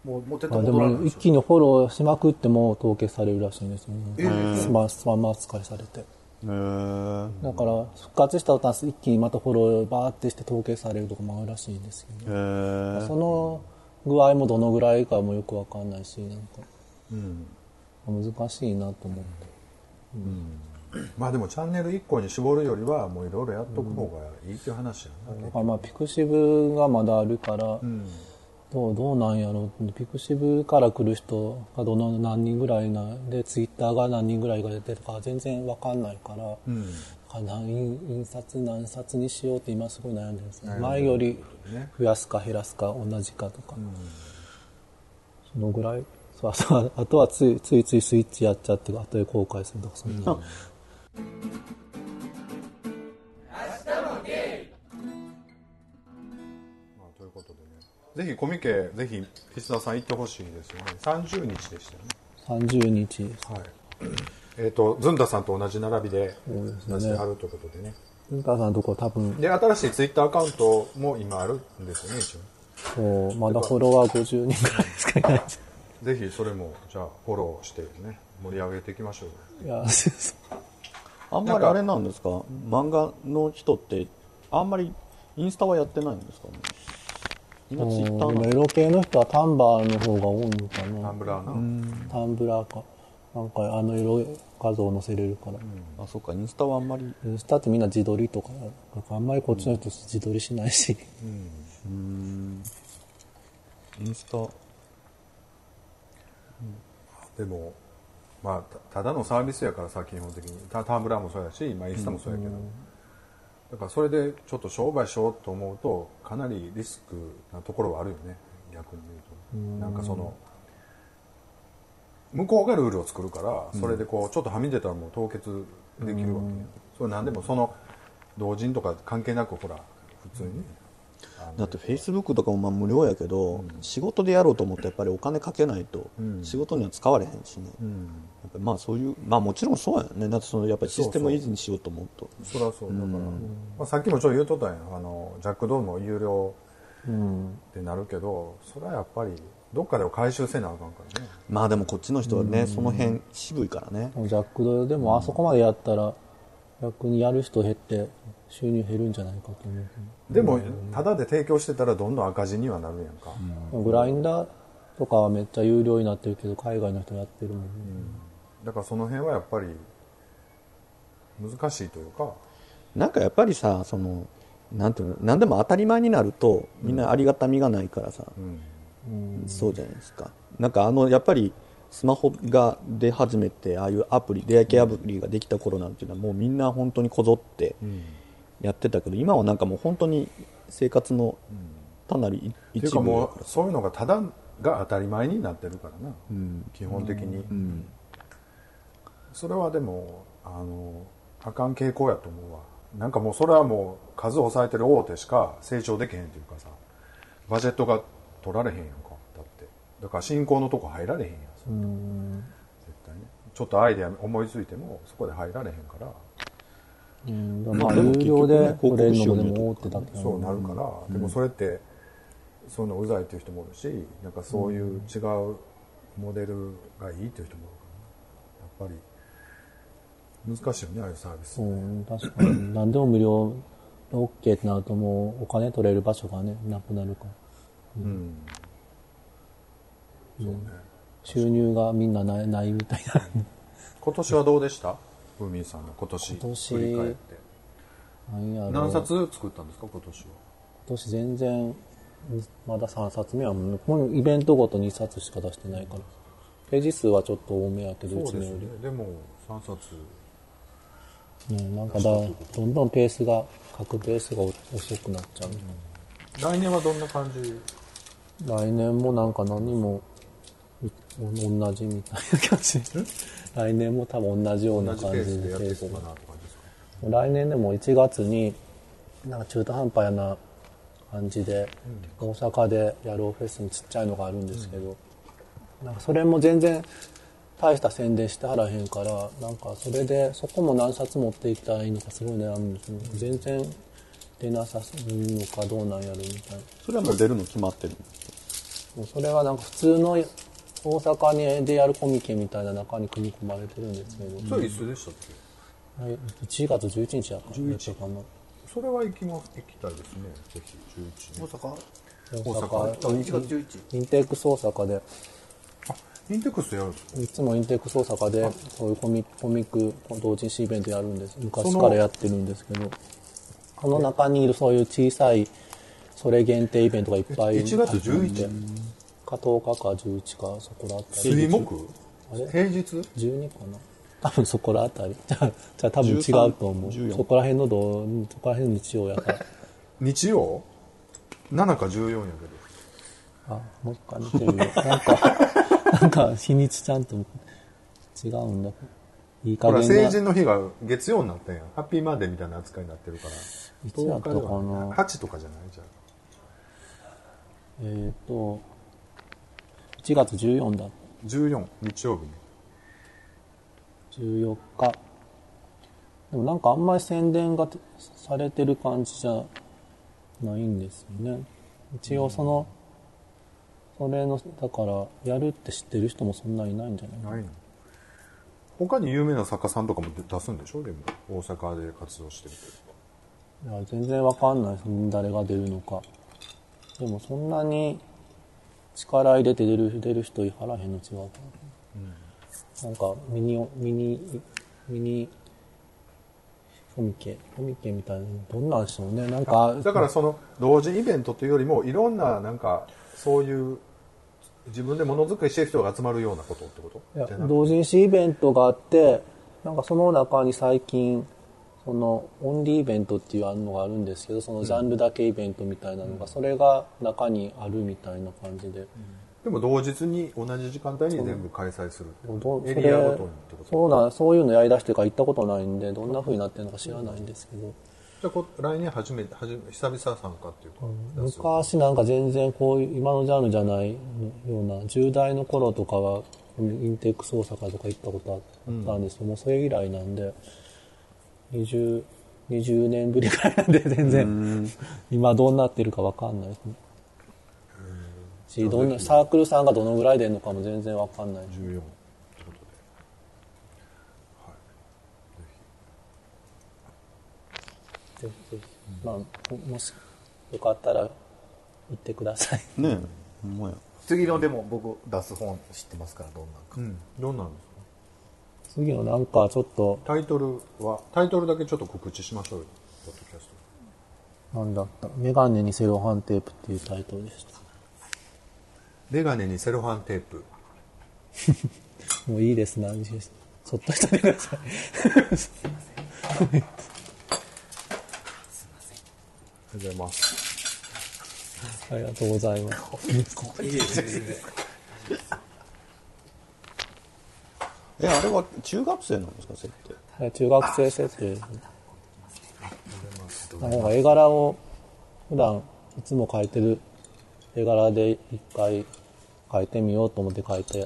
C: もう持ってった
E: あ
C: ら
E: で
C: 戻らん
E: も、
C: で
E: 一
C: しょ
E: 気にフォローしまくっても統計されるらしいんですよね。スマスママ扱いされて。
D: えー、
E: だから、復活した途端一気にまたフォローバーってして統計されるとかもあるらしいんですけど、
D: えー、
E: その具合もどのぐらいかもよくわかんないし、なんか、難しいなと思って。
A: まあでもチャンネル1個に絞るよりはもういろいろやっとく方がいいっていう話やな、
E: だからまあピクシブがまだあるから、どうどうなんやろうピクシブから来る人がどの何人ぐらいなでツイッターが何人ぐらいが出てるか全然わかんないから,、何印刷何冊にしようって今すごい悩んでるんですね前より増やすか減らすか同じかとか、そのぐらいそうあとはあとはついついついスイッチやっちゃって後で後悔するとかそんな、
A: まあ、ということでねぜひコミケぜひリスナーさん行ってほしいですよね30日でしたよね
E: 30日です
A: はいえっ、とズンダさんと同じ並びで
E: そうですね
A: 出してあるということでね
E: 文化さんのとこ多分
A: で新しいツイッターアカウントも今あるんですよね一応
E: そうまだフォロワー50人ぐらいしかいないじ
A: ぜひそれもじゃあフォローしてね盛り上げていきましょうよ
E: ゃ (laughs) ん。いや、そうそ
D: あんまりあれなんですか漫画の人ってあんまりインスタはやってないんですかねみんなツイッタ
E: う。
D: ーな
E: でも
D: の
E: エロ系の人はタンバーの方が多いのか
A: タ
E: な
A: ン。ブラーな、
E: タンブラーか。なんかあのエロ画像載せれるから。
D: あそっかインスタはあんまり
E: インスタってみんな自撮りとか、なんかあんまりこっちの人自撮りしないし。
D: インスタ
A: でもまあたただのサービスやからさ基本的にタタンブラーもそうやし今インスタもそうやけど、だからそれでちょっと商売しようと思うとかなりリスクなところはあるよね逆に言うと、なんかその向こうがルールを作るからそれでこうちょっとはみ出たらもう凍結できるわけ、それなんでもその同人とか関係なくほら普通にね、
D: だってフェイスブックとかもまあ無料やけど、仕事でやろうと思ってやっぱりお金かけないと仕事には使われへんしね、やっぱりまあそういうまあもちろんそうやねだってそのやっぱりシステムを維持にしようと思うと
A: そりゃそうだから、まあ、さっきもちょっと言うとったんやあのジャックドームも有料ってなるけど、それはやっぱりどっかでは回収せなあかんからね
D: まあでもこっちの人はね、その辺渋いからね
E: ジャックドでもあそこまでやったら、逆にやる人減って収入減るんじゃないかと思う
A: でも、ただで提供してたらどんどん赤字にはなるやんか。
E: けどグラインダーとかはめっちゃ有料になってるけど海外の人やってるもんね、
A: だからその辺はやっぱり、難しいというか、
B: なんかやっぱりさそのなんていうの何でも当たり前になるとみんなありがたみがないからさ、
A: うん。
B: そうじゃないですかなんかあのやっぱりスマホが出始めてああいうアプリ出会い系アプリができた頃なんていうのはもうみんな本当にこぞってやってたけど今はなんかもう本当に生活の単なるい
A: ってい
B: 一
A: うか
B: 部だ
A: も
B: か
A: う、そういうのがただが当たり前になってるからな。基本的に。それはでも、あの、あかん傾向やと思うわ。なんかもうそれはもう数を抑えてる大手しか成長できへんというかさ、バジェットが取られへんやんか、だって。だから進行のとこ入られへんやん、そんな絶対ね。ちょっとアイデア思いついてもそこで入られへんから、
E: うんまあ有料で売れるのもでも大手だけ
A: そう
E: ど
A: なるから、でもそれってそういうのうざいっていう人もいるしなんかそういう違うモデルがいいっていう人もいるから、やっぱり難しいよねああいうサービス、
E: うん確か
A: (laughs)
E: に何でも無料で OK ってなるともうお金取れる場所がねなくなるから
A: そうね
E: 収入がみんなないないみたいな
A: 今年はどうでしたウーミンさんの今年
E: 今年
A: 振り返って
E: なんやろ
A: 何冊作ったんですか今年は
E: 今年全然まだ3冊目はもうこのイベントごと2冊しか出してないからページ数はちょっと多めやけどうちのより
A: でも3冊
E: うん、なんかだどんどんペースが書くペースが遅くなっちゃう、
A: 来年はどんな感じ
E: 来年もなんか何もい同じみたいな感じ来年も多分同じよう
A: 同
E: な
A: じペ
E: 感
A: ー
E: じ
A: スで
E: で
A: やっ
E: ペ
A: て
E: ー
A: い
E: ス
A: こうか
E: が
A: なって感じですか
E: 来年でも1月になんか中途半端やな感じで、大阪でやろうフェスにちっちゃいのがあるんですけど、なんかそれも全然大した宣伝してはらへんからなんかそれでそこも何冊持っていったらいいのかすごい悩むんですけど全然出なさすのかどうなんやろみたいな
B: らそれはもう出るの決まってる
E: もうそれはなんか普通の大阪にでやるコミケみたいな中に組み込まれてるんですけど、
A: それいつでしたっけ
E: はい1月11日やからねちょっとあんま
A: それは行きも行きたいですねぜひ11
C: 大
A: 年
C: 阪
A: 大
E: 大
A: 阪
E: 阪
C: 1月11
E: インテックス大阪で
A: インテックスやるんですか
E: いつもインテックス大阪でそういうコミコミック同人誌イベントやるんです昔からやってるんですけどこの中にいるそういう小さいそれ限定イベントがいっぱい
A: 1月11
E: 日か10日か11かそこらあたり
A: 水木平日
E: 12かな多分そこらあたり (laughs) じゃあじゃあ多分違うと思うそこら辺のどうそこら辺の日曜やから
A: 日曜7か14やけ
E: あ、もう一回見てみよう。なんか、 (laughs) なんか、日にちちゃんと違うんだ。いい
A: ど
E: 加
A: ほら
E: 減
A: 成
E: な。
A: 人の日が月曜になったんやハッピーマーデーみたいな扱いになってるから
E: いつやったかな
A: 10日では8とかじゃないじゃあ
E: えっ、と、1月14だ。
A: 14日曜日ね
E: 14日。でもなんかあんまり宣伝がされてる感じじゃないんですよね。一応その、それの、だから、やるって知ってる人もそんないないんじゃない
A: ないの他に有名な作家さんとかも出出すんでしょでも大阪で活動してるというか
E: いや全然わかんないです誰が出るのかでもそんなに力入れて出る出る人いはらへんの違うから、なんかミニミニミニコミケコミケみたいなどんなんでしょうねなんか
A: だからその同時イベントというよりもいろんななんかそういう自分でものづくりしてる人が集まるようなことってこと
E: いや
A: じゃなく
E: 同人誌イベントがあってなんかその中に最近そのオンリーイベントっていうあのがあるんですけどそのジャンルだけイベントみたいなのが、それが中にあるみたいな感じで。
A: でも同日に同じ時間帯に全部開催する
E: どう
A: エ
E: そ
A: リ
E: れ
A: アごとにってこと
E: そうなんそういうのやりだしてから行ったことないんでどんな風になってるのか知らないんですけど
A: じゃあこ来年初めて初め久々参加っていうか、出す
E: 昔なんか全然こういう今のジャンルじゃないような10代の頃とかはインテックス大阪とか行ったことあったんですけど、もうそれ以来なんで 20, 20年ぶりぐらいなんで (laughs) 全然今どうなってるかわかんないですねしどんなサークルさんがどのぐらい出るのかも全然わかんない
A: 14ってことで、はい、ぜ
E: ぜひぜひ、まあ、ももしよかったら行ってください
D: ねえほんまや
C: 次のでも僕出す本知ってますからどんなん (laughs) か、
A: うん、どんなんですか
E: (laughs) 次のなんかちょっと
A: タイトルはタイトルだけちょっと告知しましょうよポッドキャス
E: なんだった「メガネにセロハンテープ」っていうタイトルでした
A: トメガネにセロハンテープ
E: もういいですね、そっとしててください。すいません。
A: あ
E: (laughs)
A: りがとうございます
E: ありがとうございます。
D: えあれは中学生なんですか設定
E: はい中学生設定ですね。なんか絵柄を、普段いつも描いてる絵柄で一回描いてみようと思って描いて、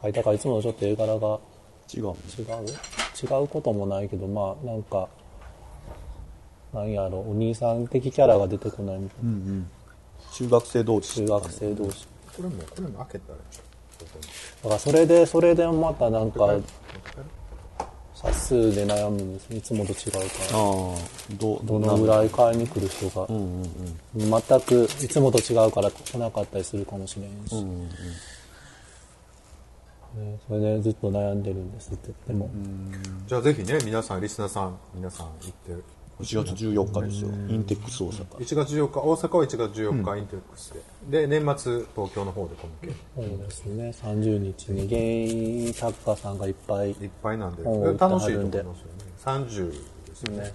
E: 描いたからいつもとちょっと絵柄が
D: 違うん
E: 違う違うこともないけど、まあなんか、なんやろ、お兄さん的キャラが出てこないみたいな。
D: 中学生同士
E: 中学生同士。
A: これもこれも開けたらちょっ
E: だからそれで、それでまたなんか、冊数で悩むんですね。いつもと違うから。
D: ああど
E: どのぐらい買いに来る人が、全くいつもと違うから来なかったりするかもしれんし、ねそれでずっと悩んでるんですってでも、
A: とじゃあぜひね皆さんリスナーさん皆さん行って
D: 1月14日ですよインテックス大阪
A: 1月14日大阪は1月14日インテックスで、で年末東京の方でコミケ
E: そうですね30日にゲイ作家さんがいっぱい
A: いっぱいなんで
E: おー
A: 楽しいと思いますよね30ですよね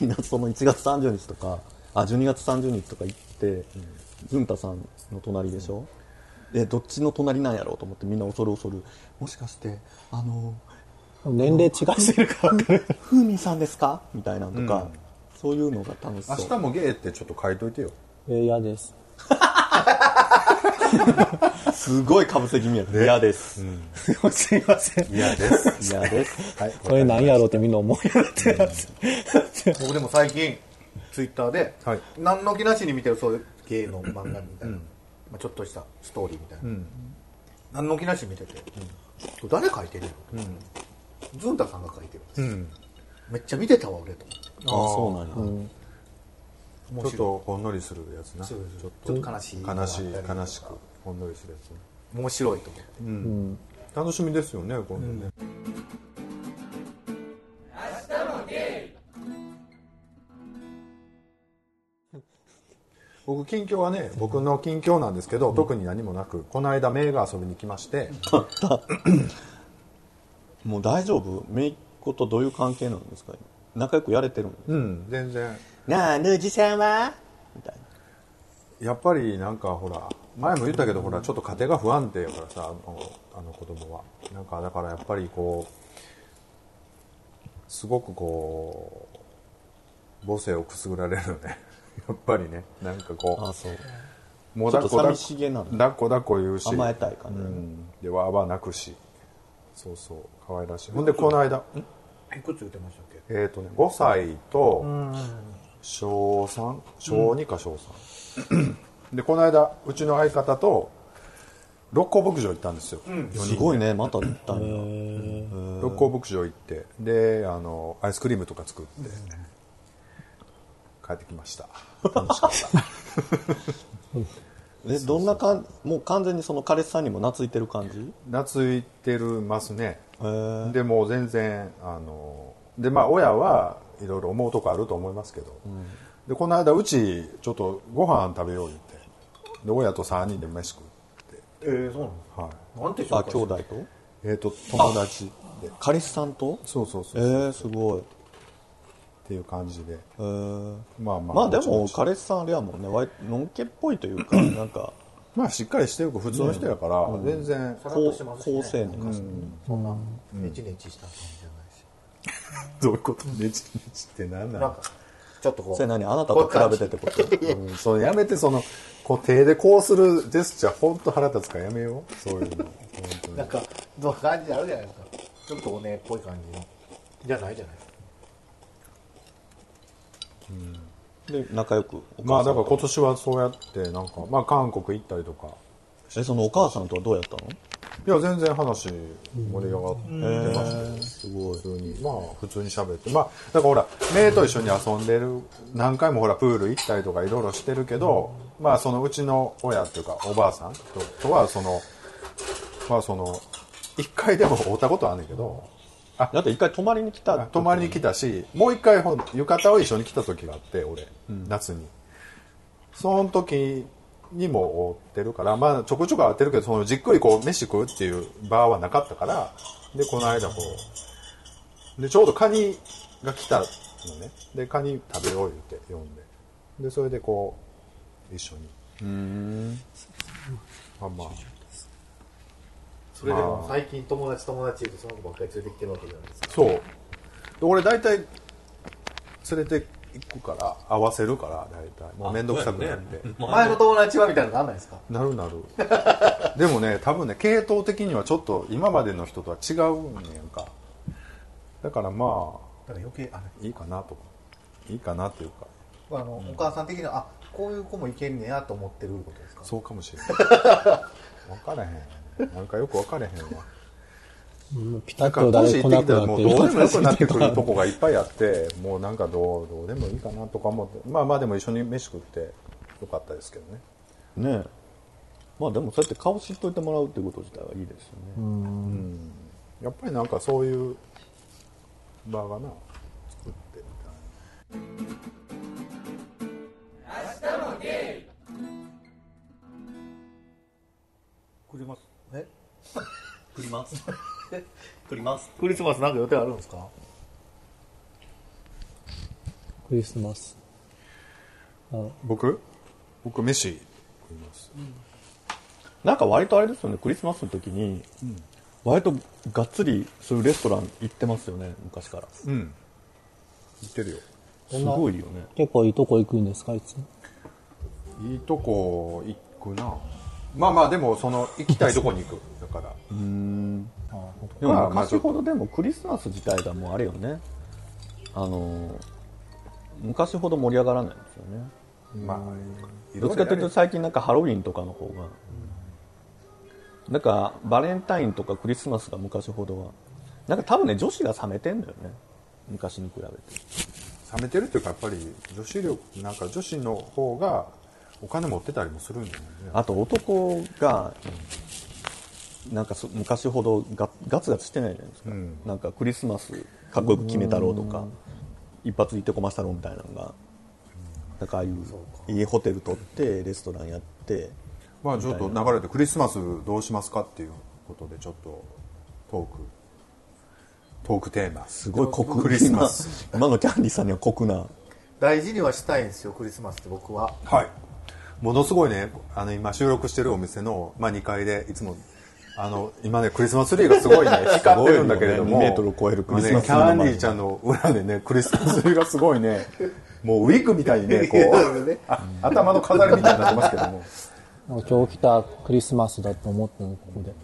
D: みんなその1月30日とかあ12月30日とか行って文太、さんの隣でしょ、でどっちの隣なんやろうと思ってみんな恐る恐るもしかしてあの
E: 年齢違いすぎるから分かる
D: ふうみんさんですかみたいなのとか、そういうのが楽しそ
A: 明
D: う
A: 日もゲーってちょっと書いといてよ
E: え嫌です
D: すごいかぶせ気味やで嫌です、
E: すいません
A: 嫌です
D: 嫌です
A: はい
E: これ何やろうってみんな思うやろってやつ
C: 僕でも最近ツイッターで、
A: はい
C: 何の気なしに見てるそういう芸の漫画みたいな、まあ、ちょっとしたストーリーみたいな、何の気なしに見てて、誰書いてるの、ズンタさんが書いてるんです、
A: うん
C: めっちゃ見てたわ俺と思
D: あ
C: って
D: そうなんや、
A: ちょっとほんのりするやつなちょっ
C: ちょっと悲しい
A: と悲しい悲しくほんのりするやつね
C: 面白いと思って、
A: 楽しみですよね今度ね、僕近況はね僕の近況なんですけど、特に何もなくこの間メイが遊びに来まして、
D: もう大丈夫めいっ子とどういう関係なんですか仲良くやれてる
A: う
D: の
A: ん、全然
D: なあぬじさんはみたいな
A: やっぱりなんかほら前も言ったけどほらちょっと家庭が不安定やからさあのあの子供はなんかだからやっぱりこうすごくこう母性をくすぐられるよね (laughs) やっぱりねなんかこう
D: あそう
A: もう
D: ちょっ
A: だっ
D: と
A: こだっ
D: 寂
A: こ
D: しげなの
A: 抱っこ抱っこ言うし
D: 甘えたい感じ、
A: うんでわーわー泣くしそうそう可愛らしいほんでこの間ん
C: いくつ言ってましたっけ
A: えっ、とね5歳と小3小2か小3、で (clears throat) この間うちの相方と六甲牧場行ったんですよ、
D: すごいねまた行ったんや
A: 六甲牧場行ってであのアイスクリームとか作って帰ってきました楽しかった
D: えどんな感じもう完全にその彼氏さんにも懐いてる感じ
A: 懐いてるますね
D: へー
A: でもう全然あのでまあ親はいろいろ思うとこあると思いますけど、でこの間うちちょっとご飯食べよう言ってで親と3人で飯食
C: えー、そう
A: う、はい
C: なのなんて紹
D: あ
C: 介
D: 兄弟と
A: えっ、と友達で
D: 彼氏さんと
A: そうそうそ
D: え
A: う、っ
D: ー、すごい、
A: ていう感じで
D: えー、
A: まあまあ
D: まあで
A: ちろ
D: も
A: ん
D: 彼氏さんあれやもんねわいのんけっぽい
A: (coughs)
D: というかなんか
A: まあしっかりしてる子普通の人やから、全然
D: 高高青年かし
C: ネチネチした感じじゃないし
A: どういうことねちねちってなんな
C: なんかちょっとこう
D: それ何あなたと比べてってこと
A: んうんそのやめてそのこう手でこうするジェスチャー本当腹立つからやめようそう (laughs) いうの本当に
C: なんかどう感じあるじゃないですかちょっとおねっぽい感じのじゃないじゃないですか
D: で仲良くお
A: まあ
D: 母
A: だ
D: さん
A: から今年はそうやってなんかまあ韓国行ったりとか
D: えそのお母さんとはどうやったの
A: いや全然話盛り上がってましたよ、すごい普通にまあ普通に喋ってまあだからほらメイと一緒に遊んでる何回もほらプール行ったりとかいろいろしてるけど、まあそのうちの親っていうかおばあさんととはそのまあその一回でも会ったことはあんねんけど
G: だって一回泊まりに来た
A: 泊まりに来たしもう一回ほん浴衣を一緒に来た時があって俺、夏にその時にも追ってるからまあちょくちょく会ってるけどそのじっくりこう飯食うっていう場はなかったからでこの間こうでちょうどカニが来たのねでカニ食べよう言って呼んででそれでこう一緒にうんまあまあ
C: それでも最近友達友達でその子ばっかり連れてきてるわけじゃないですか。
A: そうで俺大体連れて行くから合わせるから大体もう面倒くさくなって、
C: 前の友達はみたいなのなんないですか
A: なるなる (laughs) でもね多分ね系統的にはちょっと今までの人とは違うんやんかだからま
C: だから余計、あ
A: あいいかなとかいいかなっていうか
C: あの、お母さん的には、あ、こういう子もいけんねやと思ってることですか
A: そうかもしれない (laughs) 分からへんなんかよく分からへんわ
E: うんピタ
A: な
E: ッ
A: んか
E: と
A: 都市
E: 誰
A: 行って
E: 来な
A: きた
E: く
A: ら
E: な
A: もう
E: って
A: どう
E: る
A: でもよくなってくるとこがいっぱいあってもうなんかどうどうでもいいかなとか思ってまあまあでも一緒に飯食ってよかったですけどね
D: ねえまあでもそうやって顔知っといてもらうってこと自体はいいですよね、
A: やっぱりなんかそういう場がな作ってみたいな
C: クリマス。え
H: 振ります。振ります。
C: クリスマスなんか予定あるんですか
E: クリスマス。
A: 僕僕飯食います
D: なんか割とあれですよねクリスマスの時に、割とがっつりそういうレストラン行ってますよね昔からす
A: うん行ってるよ
D: ごいよね
E: 結構いいとこ行くんですか、いつも。
A: いいとこ行くなまあまあでもその行きたいとこに行くだから
D: でも
A: まあまあ
D: 昔ほどでもクリスマス自体がもうあれよねあのー昔ほど盛り上がらないんですよね
A: まあい
D: どっちかというと最近なんかハロウィンとかの方が、なんかバレンタインとかクリスマスが昔ほどはなんか多分ね女子が冷めてんだよね昔に比べて
A: 冷めてるっていうかやっぱり女子力なんか女子の方がお金持ってたりもするんだよね
D: あと男がなんかそ昔ほどガガツガツしてないじゃないですか、
A: ん
D: なんかクリスマスかっこよく決めたろうとか一発いってこましたろうみたいなのがなんかああいう家ホテル取ってレストランやって
A: まあちょっと流れてクリスマスどうしますかっていうことでちょっとトークトークテーマ
D: すごい濃く
A: クリスマス
D: 今今のキャンディーさんには酷な
C: 大事にはしたいんですよ、クリスマスって僕は。
A: はい。ものすごいね、あの、今収録してるお店の、まあ、2階で、いつも、あの、今ね、クリスマスツリーがすごいね、 (laughs) 光ってるんだけれども、
D: すごいよね2メートルを超えるクリスマスツリー
A: ま
D: の
A: あ
D: 前
A: ね
D: に
A: キャンディーちゃんの裏でね、クリスマスツリーがすごいね、もうウィークみたいにね、こ (laughs) う、あ頭の飾りみたいになってますけども。
E: なんか今日来たクリスマスだと思ったの、ここで。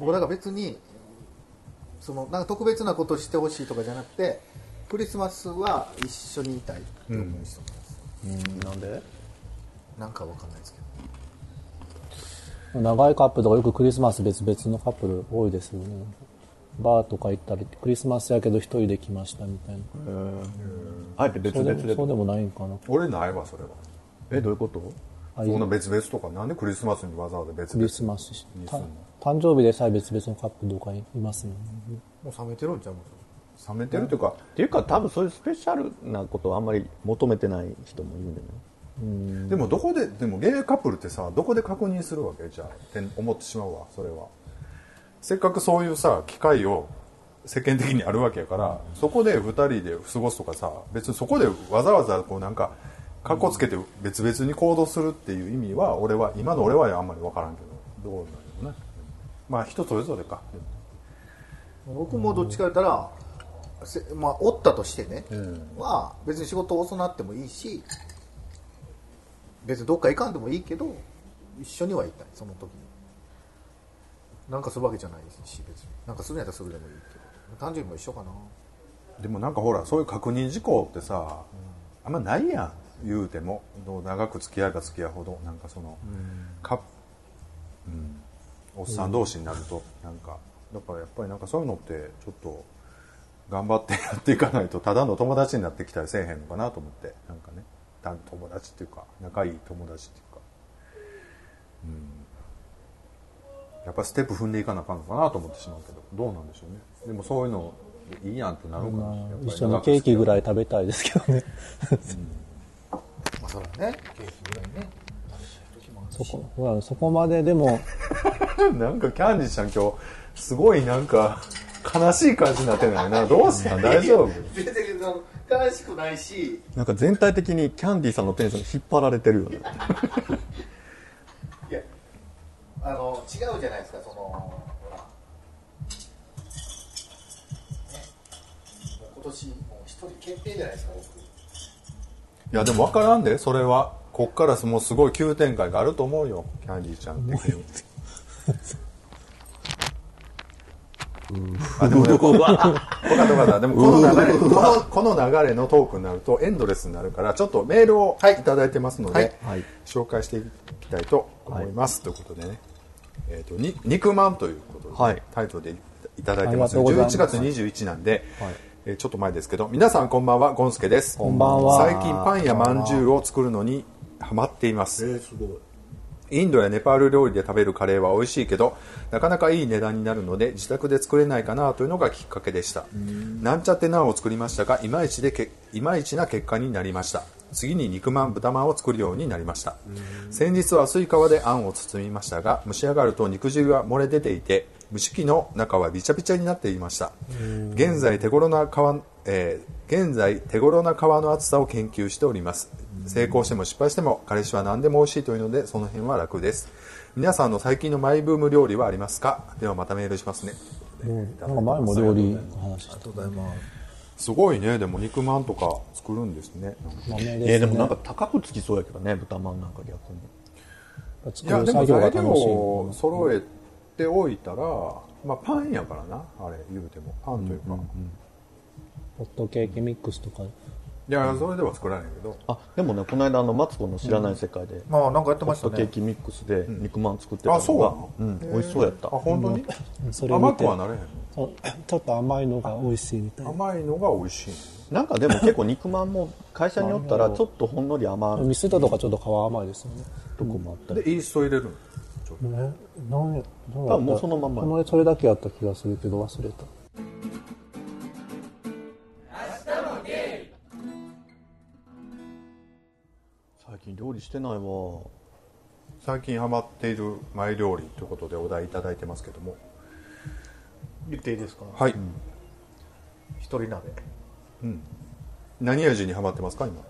C: 僕だから別に、その、なんか特別なことしてほしいとかじゃなくて、クリスマスは一緒にいたいって思う人なんです、
D: なんで
C: なんかわかんないですけど。
E: 長いカップルとかよくクリスマス別々のカップル多いですよね。バーとか行ったり、クリスマスやけど一人で来ましたみたいな。
D: あえて別
E: そうで
D: 々
E: も
D: で
E: そうでもないんかな。
A: (laughs) 俺ないわ、それは。
D: えどういうこと
E: あい
A: そん
E: う
A: な別々とか、なんでクリスマスにわざわざ別
E: クリ
A: 々
E: スマスし、た誕生日でさえ別々のカップルとかいますよね。
C: もう冷めてるんちゃうん
A: 冷めてるというか、
D: っていうか多分そういうスペシャルなことをあんまり求めてない人もいるんだよね
A: でもどこで、でもゲイカップルってさ、どこで確認するわけじゃあって思ってしまうわ、それは。せっかくそういうさ、機会を世間的にあるわけやから、そこで二人で過ごすとかさ、別にそこでわざわざこうなんか、かっこつけて別々に行動するっていう意味は、俺は、今の俺はあんまりわからんけど、どうなんやろね。まあ人それぞれか。
C: 僕もどっちか言ったら、せまあ、おったとしてね、は別に仕事遅なってもいいし別にどっか行かんでもいいけど一緒にはいたいその時になんかするわけじゃないし別になんかするんやったらするでもいいけど誕生日も一緒かな
A: でもなんかほらそういう確認事項ってさ、あんまないやん言うてもどう長く付き合えば付き合うほどなんかその、かうん、おっさん同士になると、なんかだからやっぱりなんかそういうのってちょっと頑張ってやっていかないとただの友達になってきたりせえへんのかなと思ってなんかねた友達っていうか仲いい友達っていうか、うん、やっぱステップ踏んでいかなあかんのかなと思ってしまうけどどうなんでしょうねでもそういうのいいやんってなるのかな、やっぱり
E: 一緒にケーキぐらい食べたいですけどね。
C: まあ、そらね、ケーキぐらいね。時もあるし
E: (laughs) そこ、まあそこまででも、
A: なんかキャンディーちゃん今日すごいなんか悲しい感じになってないなどうしたん大丈夫
I: 全然あの悲しくないし
B: なんか全体的にキャンディーさんのテンションに引っ張られてるよね。
C: いや、あの、違うじゃないですか、その、ほら。ね、もう今年、もう一人決定じゃないですか、僕。
A: いやでも分からんでそれはこっからもうすごい急展開があると思うよキャンディーちゃん的にあでもね、分かった分かったでもこの流れこのこの流れのトークになるとエンドレスになるからちょっとメールをいただいてますので、紹介していきたいと思います、ということでね「えー、とに肉まん」ということで、
B: はい
A: タイトルでいただいてます
E: ありがとうございま
A: 11
E: す
A: 月21なんで、えーちょっと前ですけど皆さんこんばんはゴンスケですこんばんは最近パンやまんじゅうを作るのにハマっています、インドやネパール料理で食べるカレーは美味しいけどなかなかいい値段になるので自宅で作れないかなというのがきっかけでしたなんちゃってナンを作りましたがいまいちでけいまいちな結果になりました次に肉まん豚まんを作るようになりました先日は薄い皮であんを包みましたが蒸し上がると肉汁が漏れ出ていて蒸し器の中はびちゃびちゃになっていました現在手頃な皮、えー現在手頃な皮の厚さを研究しております成功しても失敗しても彼氏は何でも美味しいというのでその辺は楽です皆さんの最近のマイブーム料理はありますかではまたメールしますね
E: うんなんか前も料理の話してた。
A: すごいねでも肉まんとか作るんですねなんか
E: 豆ですね。
B: えーでもなんか高くつきそうやけどね、豚まんなんか逆に。
A: い
E: 作
A: や
E: る
A: でも
E: 作業
A: 材
E: が楽
A: 料
E: しい。
A: を揃えておいたら、まあ、パンやからなあれ言うてもパンというか、
E: ホットケーキミックスとか。
A: いやそれでは作らないけど、
B: あ、でもね、この間あの、マツコの知らない世界で、
C: まあ、なんかやって
B: ホ
C: ま
B: ッ
C: した
B: トケー
C: ね。
B: キミックスで肉まん作ってたの
A: あそうな
B: が
A: の、
B: うん、美味しそうやった
A: あ。本当に、
E: それを
A: 甘
E: 見
A: く
E: て、
A: はなれへんの
E: そうちょっと甘いのが美味しいみたいな。
A: 甘いのが美味しい
B: なんかでも結構肉まんも会社によったらちょっとほんのり甘い
E: ミスドとかちょっと皮甘いですよね。
B: とこもあった
A: の
B: り。
A: でイースト入れるのちょっと
E: ね、なんや、どう
B: 多分もうそのまんまや
E: このそれだけやった気がするけど忘れた。
B: 最近料理してないわ。
A: 最近ハマっているマイ料理ということでお題いただいてますけども
C: 言っていいですか
A: はい、
C: 一人 (laughs) 鍋。
A: 何味にハマってますか今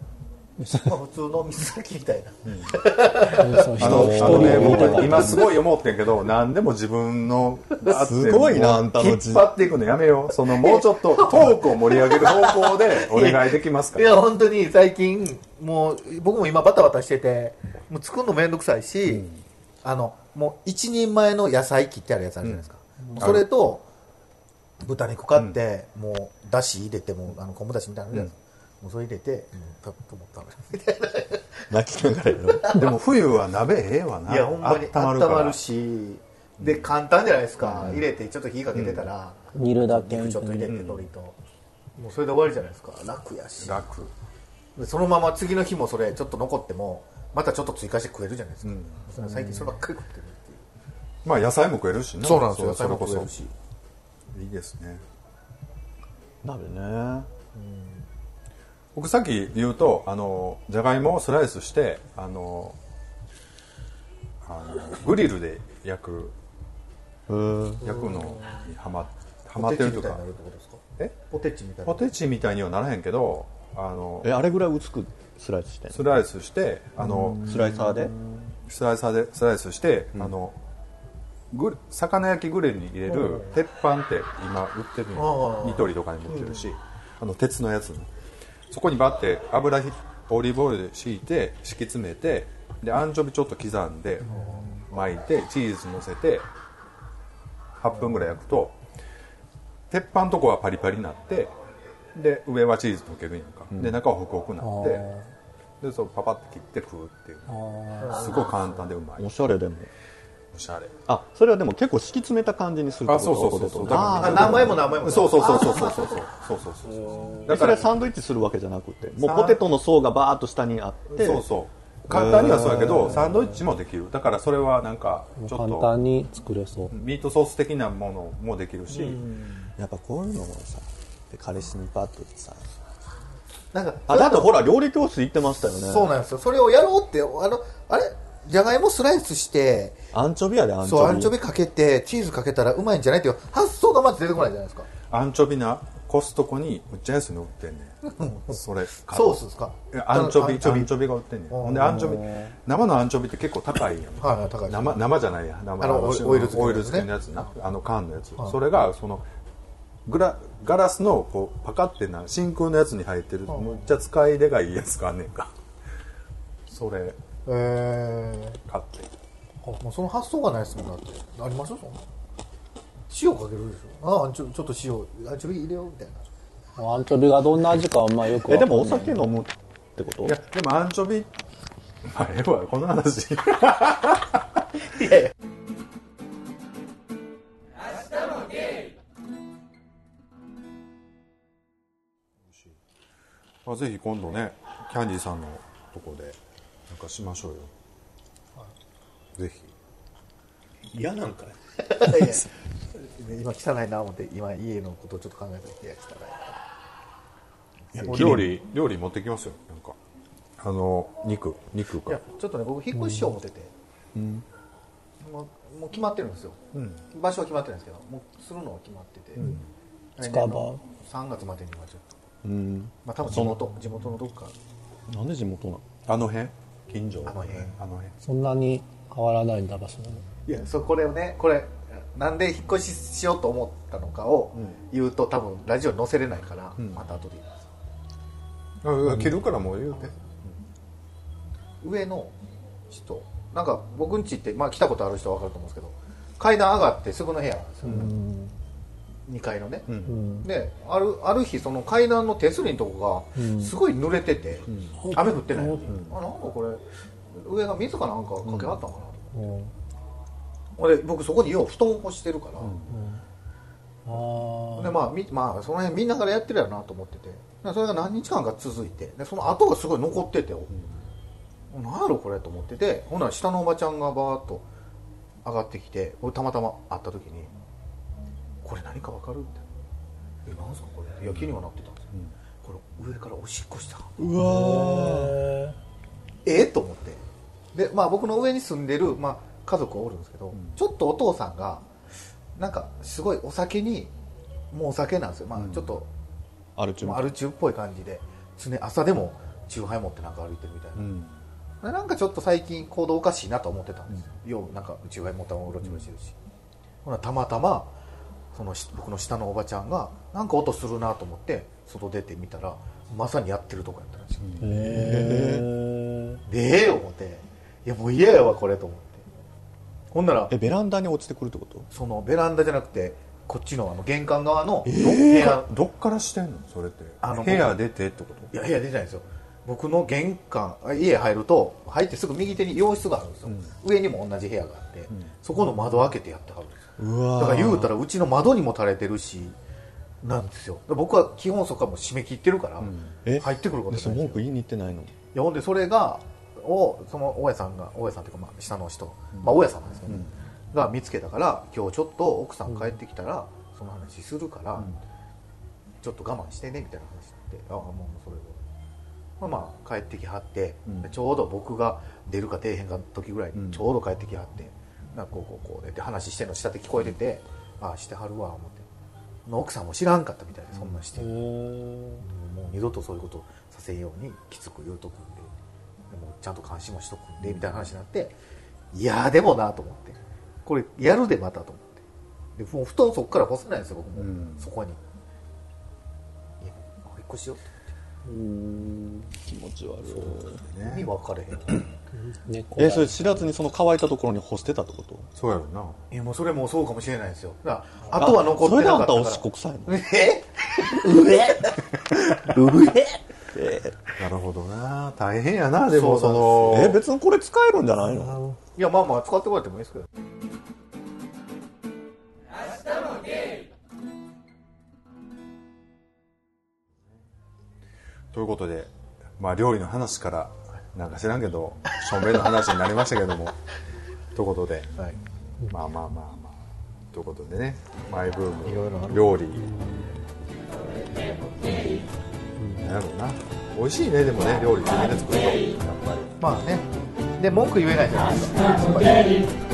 C: まあ、普通の水炊きみたいな。
B: (laughs)
E: そう
A: あの
E: 一
A: あのね
E: (laughs) 人見て
A: 僕今すごい思ってんけど何でも自分の
B: すごいなあんたの
A: 引っ張っていくのやめようそのもうちょっとトークを盛り上げる方向でお願いできますか
C: (laughs) いや、本当に最近、もう、僕も今バタバタしてて、もう作るのめんどくさいし、あの、もう一人前の野菜切ってあるやつあるじゃないですか。それと、豚肉買って、もう、だし入れて、もうあの、昆布だしみたいなのあるじゃないですか。もうそれ入れて、うん、パッと思ったの。
B: 泣きながらやる。
A: でも冬は鍋ええわない
C: や、ほんまに、
A: 温ま
C: 温
A: るか
C: ま
A: ら
C: るし、で、簡単じゃないですか。入れて、ちょっと火かけてたら、
E: 煮るだけ
C: 肉
E: み
C: ち
E: た
C: ょっと入
E: い
C: れ
E: な
C: て、。鶏と。もうそれで終わりじゃないですか。楽やし。
A: 楽
C: でそのまま次の日もそれちょっと残ってもまたちょっと追加して食えるじゃないですか、それ最近そればっかり食ってるっていう、
A: まあ野菜も食えるしね
C: そうなんですよ
A: それこ
C: 野菜
A: そ
C: も食える
A: いいですね
B: 鍋ね。
A: 僕さっき言うとあのじゃがいもをスライスしてあのあのグリルで焼く焼くのにハマハマってると
C: ポテチ
A: か
C: みたいになるってことですか
A: え
C: ポテチみたいな
A: ポテチみたいにはならへんけどあの
B: え、あれぐらい薄くスライスしてんの
A: スライスしてあの
B: スライサーで
A: スライサーでスライスして、あのグリ魚焼きグリルに入れる鉄板って今売ってるのニトリとかにも売ってるし、あの鉄のやつのそこにバッて油ひオリーブオイルで敷いて敷き詰めてでアンチョビちょっと刻んで巻いてチーズ乗せて8分ぐらい焼くと鉄板のとこはパリパリになってで上はチーズ溶けるやんか、で中はホクホクになってでそうパパッと切って食うっていうすごい簡単でうまい
B: おしゃれでも。
A: おしゃれ
B: あそれはでも結構敷き詰めた感じにするって
A: あ
B: こと
A: そうそうそうそう
B: ポテトね
C: あ何枚も何枚も
A: そうそうそうそうそうそうそうそうそうそうだ
B: そ
A: か
B: れは
A: ら
B: サンドイッチするわけじゃなくてもうポテトの層がバーッと下にあって
A: そうそう簡単にはそうやけどサンドイッチもできるだからそれはなんかちょっ
E: 簡
A: と
E: 単に作れそう。
A: ミートソース的なものもできるし、
B: やっぱこういうのもさで彼氏にパッと言ってさ
C: なんか
B: あだってほら料理教室行ってましたよね
C: そうなんですよそれをやろうってあのあれじゃがいもスライスして
B: アンチョビやでアンチョビ
C: そうアンチョビかけてチーズかけたらうまいんじゃないっていう発想がまず出てこないじゃないですか
A: アンチョビなコストコにむっちゃ安いの売ってんねんそれ買う
C: ソースですか
A: いやアンチョビア
C: ア
A: ン
C: ン
A: チ
C: チ
A: ョ
C: ョ
A: ビ
C: ビ
A: が売ってんねんほんでアンチョビ生のアンチョビって結構高いやん
C: はいはい高いです
A: 生生じゃないや生
C: あのオイ
A: 白い
C: オイル漬けのやつね
A: オイル漬けのやつなあの缶のやつそれがそのグラガラスのこうパカってな真空のやつに入ってるむっちゃ使い入れがいいやつがあんねんかそれ
C: えー、
A: 買って
C: あもうその発想がないですもんだってありますよそんな塩かけるでしょああちょちょっと塩アンチョビ入れようみたいな
E: アンチョビがどんな味かはまあよく
B: え
E: わ
B: で
E: かんない
B: もお酒飲むってこと
A: いやでもアンチョビまあええわこの話まあぜひ今度ねキャンディーさんのとこでなんかしましょうよ、ぜひ
I: 嫌なんかい
C: (laughs) 今汚いな思って今家のことをちょっと考えていや汚い
A: 料理料理持ってきますよなんかあの肉肉
C: い
A: か
C: やちょっとね僕引っ越ししよう思ってて、もうもう決まってるんですよ、場所は決まってるんですけどもうするのは決まってて、来年の3月までにはちょっと、まあ多分地元地元のどっか
B: なんで地元なの
A: あの辺近所あ
C: の辺
A: あの辺
E: そんなに変わらないんだ場所も
C: いやそうこれをねこれなんで引っ越ししようと思ったのかを言うと、多分ラジオに載せれないから、また後で言います
A: あ切るからもう言うて、
C: 上の人なんか僕ん家って、まあ、来たことある人は分かると思うんですけど階段上がってすぐの部屋なんですよ、2階のね、であるある日その階段の手すりのとこがすごい濡れてて、雨降ってないのに、あなんかこれ上が水かなんかかけはったのかな、俺僕そこによう布団干してるから、でまあ、みまあその辺みんなからやってるやろなと思っててでそれが何日間か続いてでその跡がすごい残ってて、なんやろこれと思っててほんなら下のおばちゃんがバーッと上がってきて俺たまたま会った時に「これ何かわかる?」みたいな「え何すかこれ」いや気にはなってたんですよ、これ上からおしっこしたうわええと思ってでまあ僕の上に住んでる、まあ、家族はおるんですけど、ちょっとお父さんがなんかすごいお酒にもうお酒なんですよまあちょっと、
B: アルチュ
C: まあアル中っぽい感じで常朝でも中杯持ってなんか歩いてるみたいな、でなんかちょっと最近行動おかしいなと思ってたんですよ、ようなんか中杯持ったままうろちょろしてるし、ほなたまたまそのし僕の下のおばちゃんがなんか音するなと思って外出てみたらまさにやってるとこやったらしくて、でえよ思っていやもう嫌やわこれと思ってほんなら
B: えベランダに落ちてくるってこと
C: そのベランダじゃなくてこっちのあの玄関側の部屋
A: どっからしてんのそれって
C: あの
A: 部屋出てってこと
C: いや部屋出てないですよ僕の玄関あ家入ると入ってすぐ右手に洋室があるんですよ、上にも同じ部屋があって、そこの窓開けてやってはるんですよだから言うたらうちの窓にも垂れてるしなんですよで僕は基本そこはもう締め切ってるから、
B: え
C: 入ってくること
B: で
C: ないんです
B: そ
C: よ
B: の文句言いに行ってないの
C: いやほんでそれがをその大家さんが大家さんっていうかまあ下の人、まあ大家さんなんですけど、ねが見つけたから今日ちょっと奥さん帰ってきたらその話するから、ちょっと我慢してねみたいな話になってああもうそれで、まあ、まあ帰ってきはって、ちょうど僕が出るか出えへんかの時ぐらいにちょうど帰ってきはって、なんかこうこうこうでって話してんの下で聞こえてて、ああしてはるわ思ってほな奥さんも知らんかったみたいでそんなんして。もう二度とそういうことさせんようにきつく言うとくんででもちゃんと監視もしとくんでみたいな話になっていやーでもなと思ってこれやるでまたと思ってでもう布団そこから干せないんですよ僕も、そこにいやもう引っ越しよう
B: 気持ち悪い
C: って意味分かれへ (clears throat) ん
E: 猫
B: えそれ知らずにその乾いたところに干してたってこと
A: そうやろない
C: やもうそれもそうかもしれないですよだからあとは残ってなかったか
B: それであん
C: ら
B: たおしっこ臭いの
C: え上上
A: なるほどな大変やなでもそ
C: そう
A: の
B: え別にこれ使えるんじゃないの
C: いやまあまあ使ってこられてもいいですけど
A: ということで、まあ、料理の話からなんか知らんけどしょんべんの話になりましたけどもということで、
C: はい
A: まあまあまあまあということでねマイブ
C: いろいろあ
A: ーム
C: る
A: 料理うんなんやろうな美味しいねでもね料理自分で作ると
C: まあねで文句言えないじゃないですかやっぱり